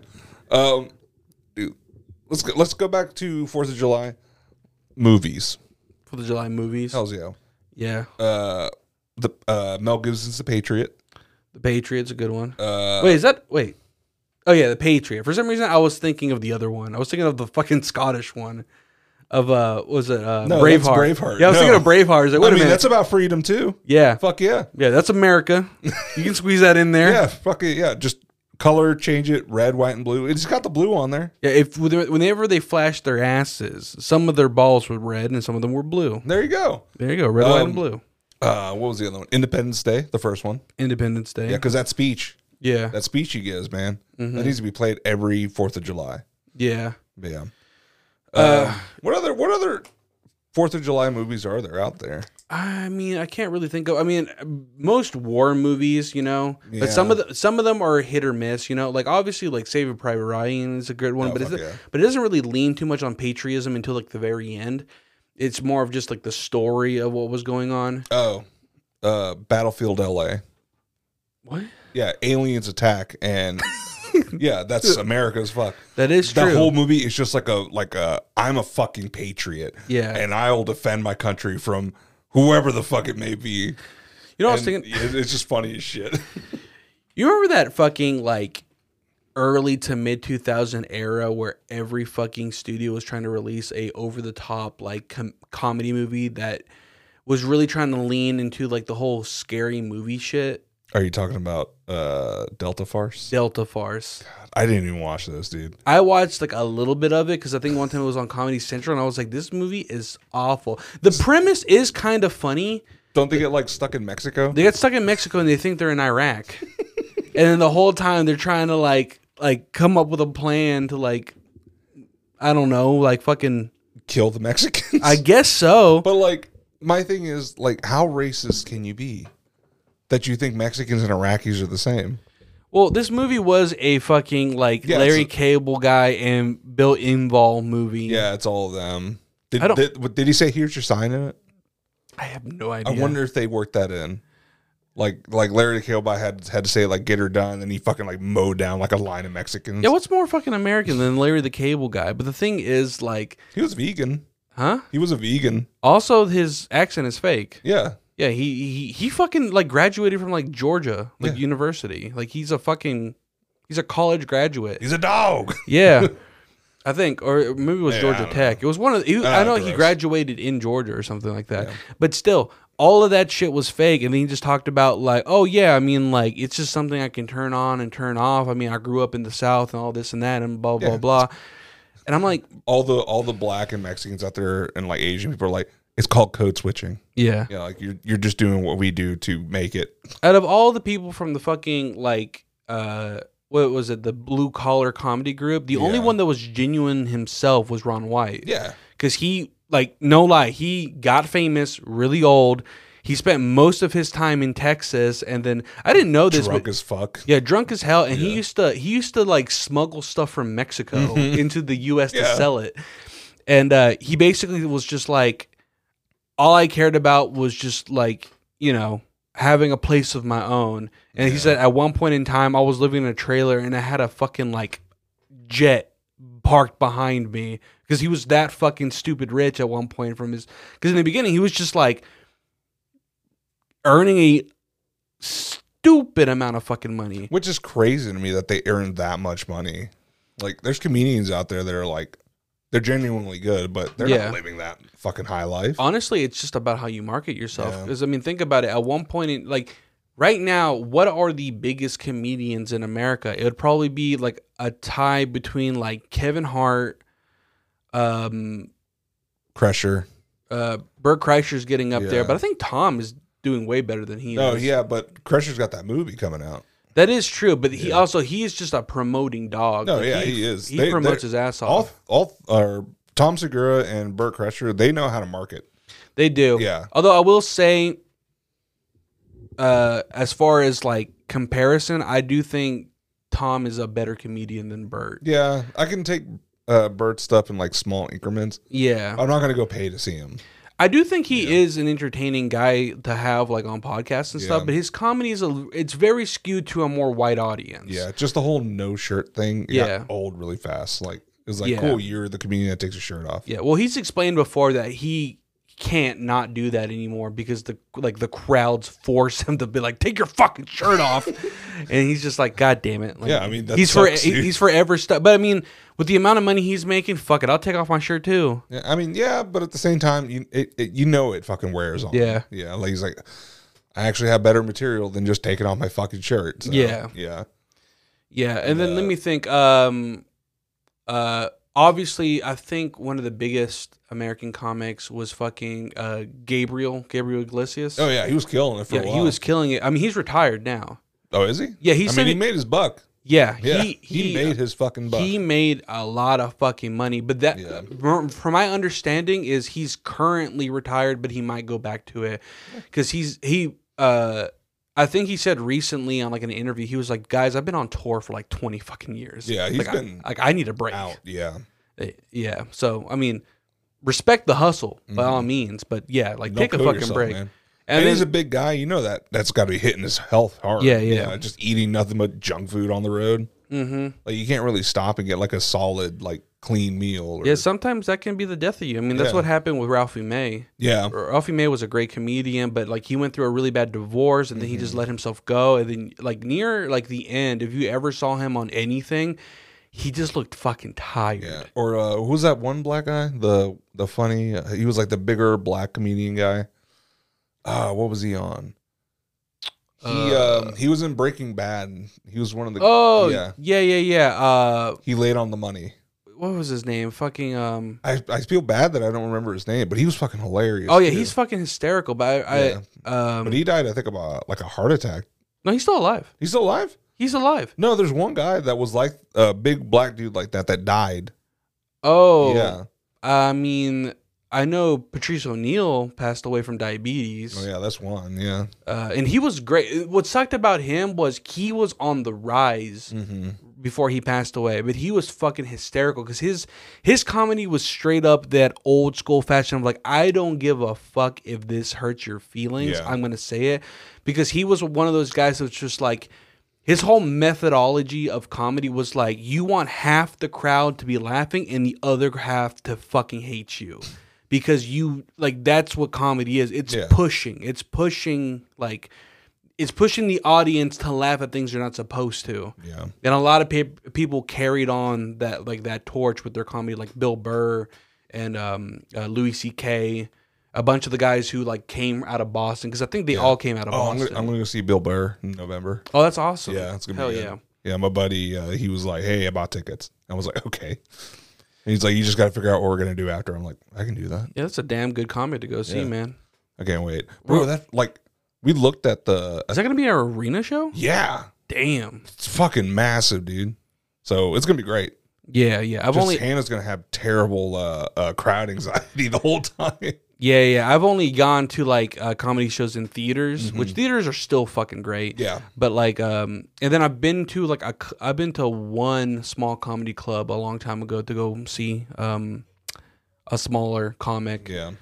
[SPEAKER 2] Um, dude, let's go, let's go back to Fourth of July movies.
[SPEAKER 3] For the July movies.
[SPEAKER 2] Hell's yeah.
[SPEAKER 3] Yeah.
[SPEAKER 2] Uh, the uh, Mel Gibson's The Patriot.
[SPEAKER 3] the Patriot's a good one.
[SPEAKER 2] Uh,
[SPEAKER 3] wait, is that wait? Oh yeah, the Patriot. For some reason, I was thinking of the other one. I was thinking of the fucking Scottish one. Of uh, what was it uh,
[SPEAKER 2] No, that's
[SPEAKER 3] Braveheart?
[SPEAKER 2] Braveheart.
[SPEAKER 3] Yeah, I
[SPEAKER 2] No.
[SPEAKER 3] was thinking of Braveheart. I was like, wait
[SPEAKER 2] I
[SPEAKER 3] a
[SPEAKER 2] mean,
[SPEAKER 3] minute.
[SPEAKER 2] that's about freedom too.
[SPEAKER 3] yeah,
[SPEAKER 2] Fuck yeah,
[SPEAKER 3] yeah, that's America. you can squeeze that in there.
[SPEAKER 2] yeah, fuck it, yeah. Just color change it red, white, and blue. It's got the blue on there.
[SPEAKER 3] Yeah, if whenever they flashed their asses, some of their balls were red and some of them were blue.
[SPEAKER 2] There you go.
[SPEAKER 3] There you go, red, white,
[SPEAKER 2] Um,
[SPEAKER 3] and blue.
[SPEAKER 2] Uh, what was the other one? Independence Day, the first one.
[SPEAKER 3] Independence Day.
[SPEAKER 2] Yeah, because that speech.
[SPEAKER 3] Yeah.
[SPEAKER 2] That speech he gives, man,
[SPEAKER 3] Mm-hmm.
[SPEAKER 2] that needs to be played every Fourth of July.
[SPEAKER 3] Yeah.
[SPEAKER 2] But yeah. Uh, what other what other Fourth of July movies are there out there?
[SPEAKER 3] I mean, I can't really think of. I mean, most war movies, you know, but some of the, some of them are hit or miss, you know. Like obviously, like Saving Private Ryan is a good one,
[SPEAKER 2] Oh,
[SPEAKER 3] but it's,
[SPEAKER 2] fuck yeah.
[SPEAKER 3] but it doesn't really lean too much on patriotism until like the very end. It's more of just like the story of what was going on.
[SPEAKER 2] Oh, uh, Battlefield L.A.
[SPEAKER 3] What?
[SPEAKER 2] Yeah, aliens attack and yeah, that's America as fuck.
[SPEAKER 3] That is
[SPEAKER 2] That
[SPEAKER 3] true.
[SPEAKER 2] whole movie is just like a like a I'm a fucking patriot.
[SPEAKER 3] Yeah.
[SPEAKER 2] and I will defend my country from whoever the fuck it may be.
[SPEAKER 3] you know, what I was
[SPEAKER 2] And
[SPEAKER 3] thinking.
[SPEAKER 2] it- it's just funny as shit.
[SPEAKER 3] You remember that fucking like early to mid 2000 era where every fucking studio was trying to release a over the top like com- comedy movie that was really trying to lean into like the whole scary movie shit.
[SPEAKER 2] Are you talking about uh Delta Farce?
[SPEAKER 3] Delta Farce.
[SPEAKER 2] I didn't even watch this, dude.
[SPEAKER 3] I watched like a little bit of it because I think one time it was on Comedy Central and I was like, this movie is awful. The premise is kind of funny.
[SPEAKER 2] Don't they get like stuck in Mexico?
[SPEAKER 3] They get stuck in Mexico and they think they're in Iraq. and then the whole time they're trying to like like come up with a plan to like I don't know, like fucking
[SPEAKER 2] Kill the Mexicans.
[SPEAKER 3] I guess so.
[SPEAKER 2] But like my thing is like how racist can you be that you think Mexicans and Iraqis are the same?
[SPEAKER 3] well, this movie was a fucking like
[SPEAKER 2] Yeah,
[SPEAKER 3] Larry
[SPEAKER 2] it's
[SPEAKER 3] Cable guy and Bill Invall movie.
[SPEAKER 2] Yeah, it's all of them. Did,
[SPEAKER 3] I don't-
[SPEAKER 2] did, what- did he say here's your sign in it?
[SPEAKER 3] I have no
[SPEAKER 2] I
[SPEAKER 3] idea.
[SPEAKER 2] wonder if they worked that in. Like like Larry Kilby had had to say like get her done, and he fucking like mowed down like a line of Mexicans.
[SPEAKER 3] Yeah, what's more fucking American than Larry the Cable guy? But the thing is like,
[SPEAKER 2] he was vegan.
[SPEAKER 3] huh?
[SPEAKER 2] He was a vegan.
[SPEAKER 3] Also his accent is fake.
[SPEAKER 2] Yeah.
[SPEAKER 3] Yeah, he he, he fucking like graduated from like Georgia, like
[SPEAKER 2] Yeah.
[SPEAKER 3] university. Like he's a fucking he's a college graduate.
[SPEAKER 2] He's a dog.
[SPEAKER 3] Yeah. I think, or maybe it was
[SPEAKER 2] Yeah, I
[SPEAKER 3] Georgia
[SPEAKER 2] don't
[SPEAKER 3] Tech. It was one of. He,
[SPEAKER 2] Ah,
[SPEAKER 3] I know he
[SPEAKER 2] gross.
[SPEAKER 3] graduated in Georgia or something like that. But still, all of that shit was fake. And then he just talked about like, oh yeah, I mean, like it's just something I can turn on and turn off. I mean, I grew up in the South and all this and that and blah blah
[SPEAKER 2] Yeah.
[SPEAKER 3] blah. And I'm like,
[SPEAKER 2] all the all the black and Mexicans out there and like Asian people are like, it's called code switching.
[SPEAKER 3] yeah.
[SPEAKER 2] Yeah, like you're you're just doing what we do to make it.
[SPEAKER 3] Out of all the people from the fucking like, uh, what was it, the blue collar comedy group? The only
[SPEAKER 2] Yeah.
[SPEAKER 3] one that was genuine himself was Ron White.
[SPEAKER 2] Yeah.
[SPEAKER 3] because he like no lie he got famous really old he spent most of his time in texas and then i didn't know this
[SPEAKER 2] Drunk
[SPEAKER 3] but
[SPEAKER 2] as fuck.
[SPEAKER 3] yeah drunk as hell and he used to he used to like smuggle stuff from mexico into the us to
[SPEAKER 2] Yeah.
[SPEAKER 3] sell it and uh he basically was just like all i cared about was just like you know having a place of my own and he said at one point in time i was living in a trailer and i had a fucking like jet parked behind me because he was that fucking stupid rich at one point from his because in the beginning he was just like earning a stupid amount of fucking money
[SPEAKER 2] Which is crazy to me that they earned that much money. Like there's comedians out there that are like they're genuinely good, but they're
[SPEAKER 3] Yeah.
[SPEAKER 2] not living that fucking high life.
[SPEAKER 3] honestly it's just about how you market yourself
[SPEAKER 2] Yeah.
[SPEAKER 3] because i mean think about it at one point in like right now what are the biggest comedians in america it would probably be like a tie between like kevin hart um
[SPEAKER 2] Pressure.
[SPEAKER 3] uh bert kreischer's getting up there
[SPEAKER 2] Yeah.
[SPEAKER 3] but i think tom is doing way better than he
[SPEAKER 2] No,
[SPEAKER 3] is
[SPEAKER 2] yeah, but Crusher's got that movie coming out.
[SPEAKER 3] That is true, but he also he is just a promoting dog.
[SPEAKER 2] No,
[SPEAKER 3] Like,
[SPEAKER 2] yeah, he is.
[SPEAKER 3] He
[SPEAKER 2] They-
[SPEAKER 3] promotes
[SPEAKER 2] they're-
[SPEAKER 3] his ass off.
[SPEAKER 2] All all are Tom Segura and Burt Crusher, they know how to market.
[SPEAKER 3] they do.
[SPEAKER 2] Yeah.
[SPEAKER 3] Although I will say, uh, as far as like comparison, I do think Tom is a better comedian than Bert.
[SPEAKER 2] Yeah, I can take uh Burt stuff in like small increments.
[SPEAKER 3] Yeah,
[SPEAKER 2] I'm not gonna go pay to see him.
[SPEAKER 3] I do think he is an entertaining guy to have like on podcasts and stuff.
[SPEAKER 2] Yeah.
[SPEAKER 3] But his comedy is a it's very skewed to a more white audience.
[SPEAKER 2] Yeah, just the whole no shirt thing. It
[SPEAKER 3] Yeah.
[SPEAKER 2] got old really fast. Like it was like,
[SPEAKER 3] Yeah.
[SPEAKER 2] cool, you're the comedian that takes your shirt off.
[SPEAKER 3] Yeah, well, he's explained before that he can't not do that anymore because the like the crowds force him to be like, take your fucking shirt off, and he's just like, god damn it. Like,
[SPEAKER 2] Yeah, I mean, that
[SPEAKER 3] he's
[SPEAKER 2] sucks,
[SPEAKER 3] for
[SPEAKER 2] dude.
[SPEAKER 3] he's forever stuck. But I mean, with the amount of money he's making, fuck it, I'll take off my shirt too.
[SPEAKER 2] Yeah, I mean, yeah, but at the same time, you it, it you know it fucking wears on.
[SPEAKER 3] Yeah.
[SPEAKER 2] yeah. Like he's like, I actually have better material than just taking off my fucking shirt. So,
[SPEAKER 3] Yeah.
[SPEAKER 2] yeah.
[SPEAKER 3] Yeah, and then let me think. Um, uh, obviously, I think one of the biggest American comics was fucking uh Gabriel Gabriel Iglesias.
[SPEAKER 2] Oh yeah, he was killing it for
[SPEAKER 3] yeah,
[SPEAKER 2] a while.
[SPEAKER 3] he was killing it. I mean, he's retired now.
[SPEAKER 2] Oh, is he?
[SPEAKER 3] Yeah, he
[SPEAKER 2] I
[SPEAKER 3] said
[SPEAKER 2] mean, he
[SPEAKER 3] he-
[SPEAKER 2] made his buck.
[SPEAKER 3] Yeah,
[SPEAKER 2] Yeah,
[SPEAKER 3] he,
[SPEAKER 2] he, made his fucking buck.
[SPEAKER 3] he made a lot of fucking money, but that,
[SPEAKER 2] Yeah.
[SPEAKER 3] from from my understanding, is he's currently retired, but he might go back to it because he's he. uh I think he said recently on like an interview, he was like, "Guys, I've been on tour for like twenty fucking years.
[SPEAKER 2] Yeah, he's
[SPEAKER 3] like, I-
[SPEAKER 2] been
[SPEAKER 3] like I need a break.
[SPEAKER 2] out. Yeah,
[SPEAKER 3] Uh, Yeah, so I mean, respect the hustle by all means, but yeah, like
[SPEAKER 2] Mm-hmm. Don't
[SPEAKER 3] take a
[SPEAKER 2] kill
[SPEAKER 3] fucking
[SPEAKER 2] yourself,
[SPEAKER 3] break.
[SPEAKER 2] man.
[SPEAKER 3] And,
[SPEAKER 2] And
[SPEAKER 3] then-
[SPEAKER 2] he's a big guy. You know that. That's got to be hitting his health hard.
[SPEAKER 3] Yeah, yeah.
[SPEAKER 2] Just eating nothing but junk food on the road.
[SPEAKER 3] Mhm.
[SPEAKER 2] Like you can't really stop and get like a solid, like clean meal. Or,
[SPEAKER 3] yeah, sometimes that can be the death of you. I mean, that's
[SPEAKER 2] Yeah.
[SPEAKER 3] what happened with Ralphie May.
[SPEAKER 2] yeah.
[SPEAKER 3] Ralphie May was a great comedian, but like he went through a really bad divorce and then he
[SPEAKER 2] Mm-hmm.
[SPEAKER 3] just let himself go. And then like near like the end, if you ever saw him on anything, he just looked fucking tired.
[SPEAKER 2] Yeah. Or uh, who was that one black guy? The the funny. Uh, he was like the bigger black comedian guy. Uh, what was he on? He um, he was in Breaking Bad. and He was one of the.
[SPEAKER 3] Uh, Oh yeah,
[SPEAKER 2] yeah.
[SPEAKER 3] yeah, yeah, Uh,
[SPEAKER 2] He laid on the money.
[SPEAKER 3] what was his name? Fucking um.
[SPEAKER 2] I, I feel bad that I don't remember his name, but he was fucking hilarious.
[SPEAKER 3] Oh yeah,
[SPEAKER 2] too.
[SPEAKER 3] he's fucking hysterical. But I,
[SPEAKER 2] Yeah.
[SPEAKER 3] I um.
[SPEAKER 2] But he died, I think, about like a heart attack.
[SPEAKER 3] no, he's still alive.
[SPEAKER 2] He's still alive?
[SPEAKER 3] He's alive.
[SPEAKER 2] No, there's one guy that was like a big black dude like that that died.
[SPEAKER 3] Oh
[SPEAKER 2] Yeah.
[SPEAKER 3] I mean, I know Patrice O'Neill passed away from diabetes.
[SPEAKER 2] Oh yeah, that's one. Yeah.
[SPEAKER 3] uh, and he was great. What sucked about him was he was on the rise
[SPEAKER 2] Mm-hmm.
[SPEAKER 3] before he passed away, but he was fucking hysterical because his his comedy was straight up that old school fashion of like, I don't give a fuck if this hurts your feelings.
[SPEAKER 2] Yeah.
[SPEAKER 3] I'm gonna say it because he was one of those guys that's just like. His whole methodology of comedy was like you want half the crowd to be laughing and the other half to fucking hate you because you like that's what comedy is. It's
[SPEAKER 2] Yeah.
[SPEAKER 3] pushing. It's pushing like it's pushing the audience to laugh at things they're not supposed to.
[SPEAKER 2] Yeah.
[SPEAKER 3] And a lot of pe- people carried on that like that torch with their comedy, like Bill Burr and um, uh, Louis C.K. A bunch of the guys who like came out of Boston because I think they all came out of
[SPEAKER 2] Oh, I'm
[SPEAKER 3] Boston.
[SPEAKER 2] gonna, I'm gonna go see Bill Burr in November.
[SPEAKER 3] oh, that's awesome!
[SPEAKER 2] Yeah, it's gonna
[SPEAKER 3] hell
[SPEAKER 2] be good.
[SPEAKER 3] yeah.
[SPEAKER 2] Yeah, my buddy, uh, he was like, "Hey, I bought tickets." I was like, "Okay." And he's like, "You just got to figure out what we're gonna do after." I'm like, "I can do that.
[SPEAKER 3] Yeah, that's a damn good comedy to go see,
[SPEAKER 2] Yeah.
[SPEAKER 3] man.
[SPEAKER 2] I can't wait, bro." That like, we looked at the
[SPEAKER 3] Is that gonna be an arena show?
[SPEAKER 2] yeah,
[SPEAKER 3] Damn.
[SPEAKER 2] it's fucking massive, dude. So it's gonna be great.
[SPEAKER 3] Yeah, yeah. I've
[SPEAKER 2] Just
[SPEAKER 3] only
[SPEAKER 2] Hannah's gonna have terrible uh, uh, crowd anxiety the whole time.
[SPEAKER 3] Yeah, yeah. I've only gone to like uh, comedy shows in theaters,
[SPEAKER 2] Mm-hmm.
[SPEAKER 3] which theaters are still fucking great.
[SPEAKER 2] Yeah.
[SPEAKER 3] But like, um, and then I've been to like a, c- I've been to one small comedy club a long time ago to go see um a smaller comic.
[SPEAKER 2] Yeah,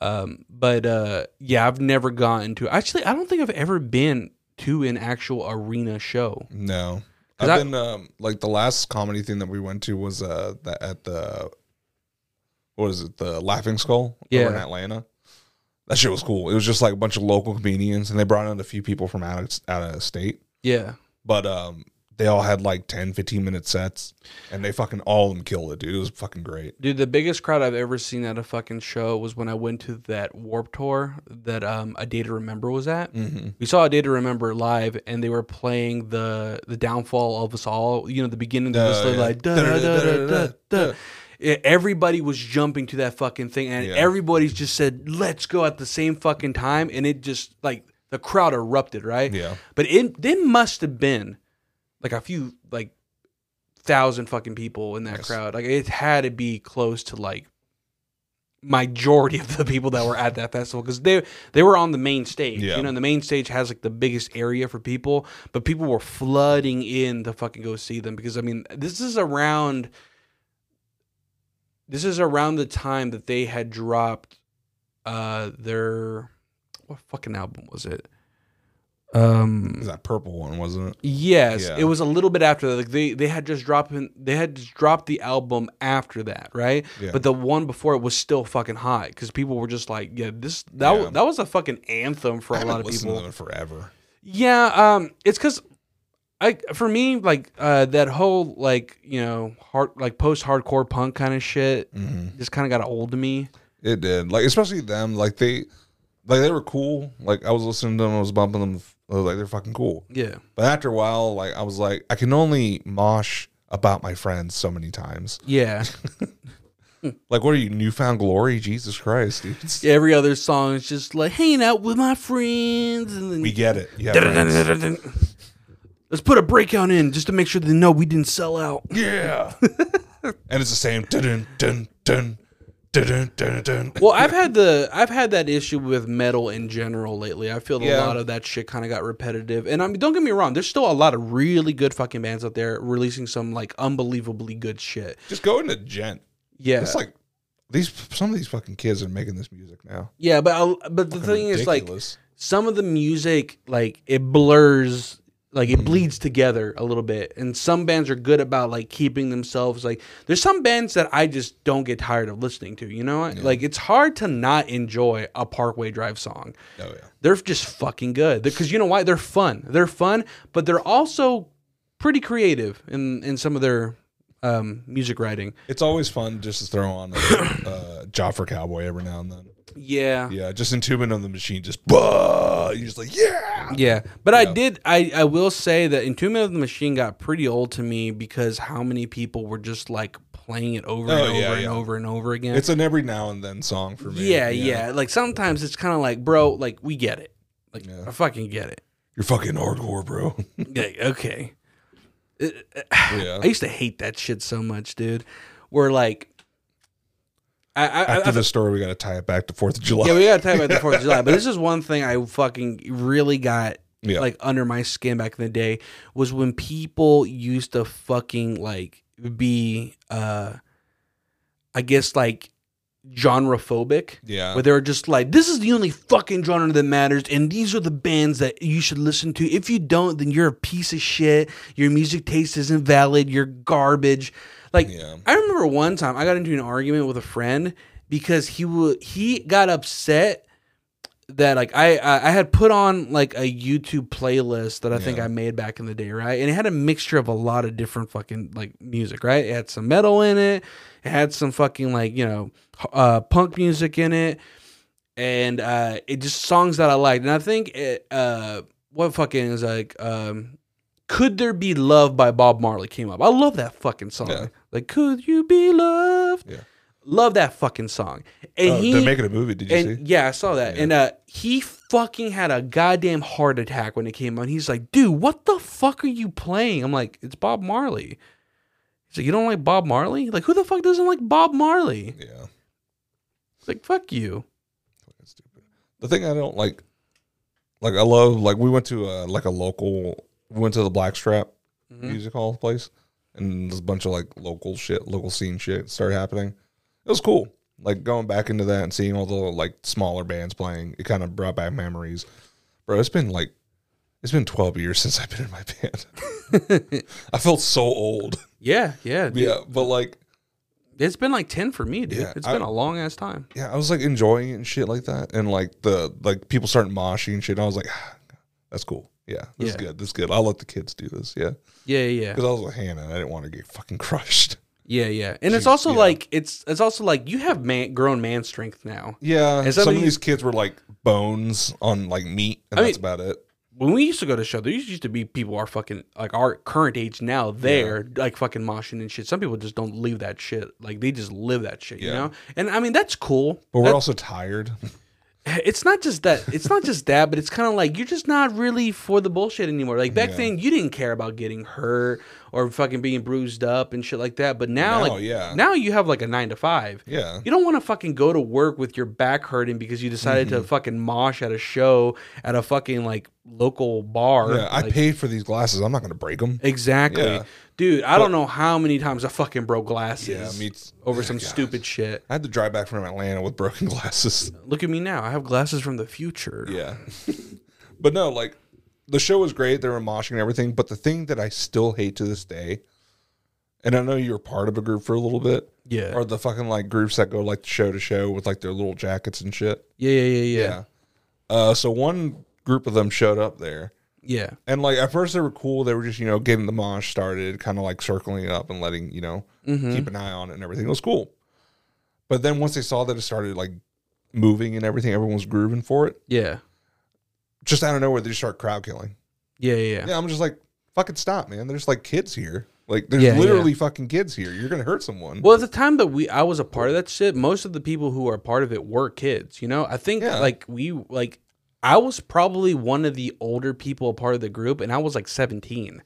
[SPEAKER 3] Um, but uh, yeah, I've never gotten to. Actually, I don't think I've ever been to an actual arena show.
[SPEAKER 2] no.
[SPEAKER 3] 'Cause
[SPEAKER 2] I've
[SPEAKER 3] I-
[SPEAKER 2] been um, like the last comedy thing that we went to was uh the, at the what is it the Laughing Skull
[SPEAKER 3] Yeah.
[SPEAKER 2] over in Atlanta. That shit was cool. It was just like a bunch of local comedians, and they brought in a few people from out of, out of state.
[SPEAKER 3] Yeah.
[SPEAKER 2] But um, they all had like 10, 15 minute sets, and they fucking all of them killed it, dude. It was fucking great.
[SPEAKER 3] Dude, the biggest crowd I've ever seen at a fucking show was when I went to that Warp Tour that um, A Day to Remember was at. We saw A Day to Remember live, and they were playing the the downfall of us all. You know, the beginning, the
[SPEAKER 2] Oh,
[SPEAKER 3] whistle,
[SPEAKER 2] yeah.
[SPEAKER 3] like da da da da da.
[SPEAKER 2] Da-da-da-da-da-da.
[SPEAKER 3] Yeah, Everybody was jumping to that fucking thing, and
[SPEAKER 2] Yeah.
[SPEAKER 3] everybody just said, "Let's go!" at the same fucking time, and it just like the crowd erupted, right?
[SPEAKER 2] Yeah.
[SPEAKER 3] But it it must have been like a few like thousand fucking people in that
[SPEAKER 2] Yes.
[SPEAKER 3] crowd. Like it had to be close to like majority of the people that were at that festival because they they were on the main stage.
[SPEAKER 2] Yeah.
[SPEAKER 3] You know, and the main stage has like the biggest area for people, but people were flooding in to fucking go see them because I mean this is around this is around the time that they had dropped uh their what fucking album was it? Um
[SPEAKER 2] It was that purple one, wasn't it?
[SPEAKER 3] Yes,
[SPEAKER 2] Yeah.
[SPEAKER 3] it was a little bit after that. Like they they had just dropped in, they had just dropped the album after that, right?
[SPEAKER 2] Yeah.
[SPEAKER 3] But the one before it was still fucking hot because people were just like, yeah, this that
[SPEAKER 2] Yeah.
[SPEAKER 3] that was a fucking anthem for
[SPEAKER 2] I
[SPEAKER 3] a
[SPEAKER 2] haven't
[SPEAKER 3] lot of
[SPEAKER 2] listened
[SPEAKER 3] people.
[SPEAKER 2] to them in forever.
[SPEAKER 3] Yeah, um, it's because I for me like uh that whole like you know hard like post hardcore punk kind of shit
[SPEAKER 2] Mm-hmm.
[SPEAKER 3] just kind of got old to me.
[SPEAKER 2] It did. Like especially them. Like they, like they were cool. Like I was listening to them. I was bumping them. I was like they're fucking cool.
[SPEAKER 3] Yeah,
[SPEAKER 2] But after a while, like I was like I can only mosh about my friends so many times.
[SPEAKER 3] yeah.
[SPEAKER 2] Like what are you newfound glory? Jesus Christ, dude.
[SPEAKER 3] Every other song is just like hanging out with my friends and then
[SPEAKER 2] We get it. Yeah.
[SPEAKER 3] Dun-dun-dun-dun-dun. Let's put a breakout in just to make sure they know we didn't sell out.
[SPEAKER 2] Yeah. and it's the same. Dun, dun, dun, dun, dun, dun, dun.
[SPEAKER 3] Well, I've had the I've had that issue with metal in general lately. I feel
[SPEAKER 2] Yeah.
[SPEAKER 3] a lot of that shit kind of got repetitive. And I mean, don't get me wrong, there's still a lot of really good fucking bands out there releasing some like unbelievably good shit.
[SPEAKER 2] Just go into gent.
[SPEAKER 3] Yeah,
[SPEAKER 2] It's like these some of these fucking kids are making this music now.
[SPEAKER 3] yeah, but I'll, but the thing is, like,
[SPEAKER 2] Ridiculous.
[SPEAKER 3] some of the music like it blurs like it bleeds together a little bit and some bands are good about like keeping themselves like there's some bands that i just don't get tired of listening to you know like it's hard to not enjoy a parkway drive song
[SPEAKER 2] oh yeah.
[SPEAKER 3] they're just fucking good because you know why they're fun they're fun but they're also pretty creative in in some of their um music writing
[SPEAKER 2] It's always fun just to throw on a, uh job for cowboy every now and then.
[SPEAKER 3] yeah
[SPEAKER 2] Yeah, just in two minutes on the machine, just bah, you're just like yeah.
[SPEAKER 3] Yeah, but I did. I I will say that Entombment of the Machine got pretty old to me because how many people were just like playing it over and
[SPEAKER 2] Oh,
[SPEAKER 3] over
[SPEAKER 2] yeah,
[SPEAKER 3] and
[SPEAKER 2] yeah.
[SPEAKER 3] over and over again.
[SPEAKER 2] It's an every now and then song for me.
[SPEAKER 3] yeah, yeah, Like sometimes it's kind of like, bro, like we get it. Like I fucking get it.
[SPEAKER 2] You're fucking hardcore, bro.
[SPEAKER 3] Like, okay.
[SPEAKER 2] yeah.
[SPEAKER 3] I used to hate that shit so much, dude. Where like, I I, I,
[SPEAKER 2] After the story, we got to tie it back to Fourth of July.
[SPEAKER 3] Yeah, we gotta talk about the Fourth of July. But this is one thing I fucking really got
[SPEAKER 2] Yeah.
[SPEAKER 3] like under my skin back in the day was when people used to fucking like be uh I guess like genre phobic.
[SPEAKER 2] Yeah.
[SPEAKER 3] Where they were just like, this is the only fucking genre that matters, and these are the bands that you should listen to. If you don't, then you're a piece of shit. Your music taste isn't valid. You're garbage. Like,
[SPEAKER 2] Yeah.
[SPEAKER 3] I remember one time I got into an argument with a friend because he would he got upset that like I I I had put on like a YouTube playlist that I think
[SPEAKER 2] Yeah.
[SPEAKER 3] I made back in the day, right? And it had a mixture of a lot of different fucking like music, right? It had some metal in it, it had some fucking like you know uh, punk music in it, and uh, it just songs that I liked. And I think it, uh, what fucking is like um, could there be love by Bob Marley came up. I love that fucking song.
[SPEAKER 2] Yeah.
[SPEAKER 3] Like could you be loved?
[SPEAKER 2] Yeah.
[SPEAKER 3] Love that fucking song. And
[SPEAKER 2] Oh,
[SPEAKER 3] he
[SPEAKER 2] they're making a movie. Did you
[SPEAKER 3] and
[SPEAKER 2] see?
[SPEAKER 3] yeah, I saw that. And uh, he fucking had a goddamn heart attack when it came on. He's like, dude, what the fuck are you playing? I'm like, it's Bob Marley. He's like, you don't like Bob Marley? Like, who the fuck doesn't like Bob Marley?
[SPEAKER 2] Yeah.
[SPEAKER 3] It's like, fuck you.
[SPEAKER 2] That's stupid. The thing I don't like, like I love, like we went to a, like a local, we went to the Blackstrap Music Hall place, and there's a bunch of like local shit, local scene shit started happening. It was cool. Like going back into that and seeing all the like smaller bands playing, it kind of brought back memories. Bro, it's been like, it's been 12 years since I've been in my band. I felt so old.
[SPEAKER 3] Yeah, yeah. dude.
[SPEAKER 2] Yeah, but like,
[SPEAKER 3] It's been like 10 for me, dude.
[SPEAKER 2] Yeah,
[SPEAKER 3] it's
[SPEAKER 2] I-
[SPEAKER 3] been a long ass time.
[SPEAKER 2] yeah, I was like enjoying it and shit like that, and like the like people starting moshing and shit. And I was like, "Ah, that's cool. Yeah, this is
[SPEAKER 3] Yeah.
[SPEAKER 2] good. This is good. I'll let the kids do this. Yeah,
[SPEAKER 3] Yeah, yeah.
[SPEAKER 2] because I was with Hannah, and I didn't want to get fucking crushed.
[SPEAKER 3] Yeah, yeah. And it's also
[SPEAKER 2] yeah.
[SPEAKER 3] like, it's it's also like you have man, grown man strength now.
[SPEAKER 2] Yeah,
[SPEAKER 3] And some
[SPEAKER 2] some,
[SPEAKER 3] of
[SPEAKER 2] of these kids were like bones on like meat, and
[SPEAKER 3] I
[SPEAKER 2] that's
[SPEAKER 3] mean-
[SPEAKER 2] about it.
[SPEAKER 3] when we used to go to show, there used to be people our fucking like our current age now there like fucking moshing and shit. Some people just don't leave that shit. Like they just live that shit, you
[SPEAKER 2] Yeah.
[SPEAKER 3] know. And I mean that's cool.
[SPEAKER 2] But we're
[SPEAKER 3] That-
[SPEAKER 2] also tired.
[SPEAKER 3] it's not just that. It's not just that, but it's kind of like you're just not really for the bullshit anymore. Like back
[SPEAKER 2] Yeah.
[SPEAKER 3] then, you didn't care about getting hurt or fucking being bruised up and shit like that. But now,
[SPEAKER 2] Now,
[SPEAKER 3] like
[SPEAKER 2] yeah.
[SPEAKER 3] now you have like a nine to five.
[SPEAKER 2] Yeah,
[SPEAKER 3] You don't want to fucking go to work with your back hurting because you decided
[SPEAKER 2] Mm-hmm.
[SPEAKER 3] to fucking mosh at a show at a fucking like local bar.
[SPEAKER 2] yeah. I
[SPEAKER 3] like-
[SPEAKER 2] paid for these glasses. I'm not gonna break them.
[SPEAKER 3] Exactly.
[SPEAKER 2] Yeah.
[SPEAKER 3] Dude, I don't know how many times I fucking broke glasses
[SPEAKER 2] Yeah, me t-
[SPEAKER 3] over
[SPEAKER 2] yeah,
[SPEAKER 3] some
[SPEAKER 2] God.
[SPEAKER 3] stupid shit.
[SPEAKER 2] I had to drive back from Atlanta with broken glasses.
[SPEAKER 3] Look at me now. I have glasses from the future.
[SPEAKER 2] Yeah. but no, like the show was great. They were moshing and everything. But the thing that I still hate to this day, and I know you were part of a group for a little bit,
[SPEAKER 3] Yeah.
[SPEAKER 2] are the fucking like groups that go like show to show with like their little jackets and shit.
[SPEAKER 3] Yeah, yeah, yeah, yeah. Yeah.
[SPEAKER 2] Yeah. Uh, so one group of them showed up there. And like at first they were cool. They were just, you know, getting the mosh started, kind of like circling it up and letting, you know,
[SPEAKER 3] Mm-hmm.
[SPEAKER 2] keep an eye on it and everything. It was cool. But then once they saw that it started like moving and everything, everyone was grooving for it.
[SPEAKER 3] Yeah.
[SPEAKER 2] Just out of nowhere, they just start crowd killing.
[SPEAKER 3] Yeah, yeah.
[SPEAKER 2] Yeah, I'm just like, fucking stop, man. There's like kids here. Like, there's
[SPEAKER 3] Yeah,
[SPEAKER 2] literally fucking kids here. You're gonna hurt someone.
[SPEAKER 3] Well, at the time that we I was a part of that shit, most of the people who are part of it were kids, you know? I think
[SPEAKER 2] Yeah.
[SPEAKER 3] like we like I was probably one of the older people a part of the group, and I was like 17.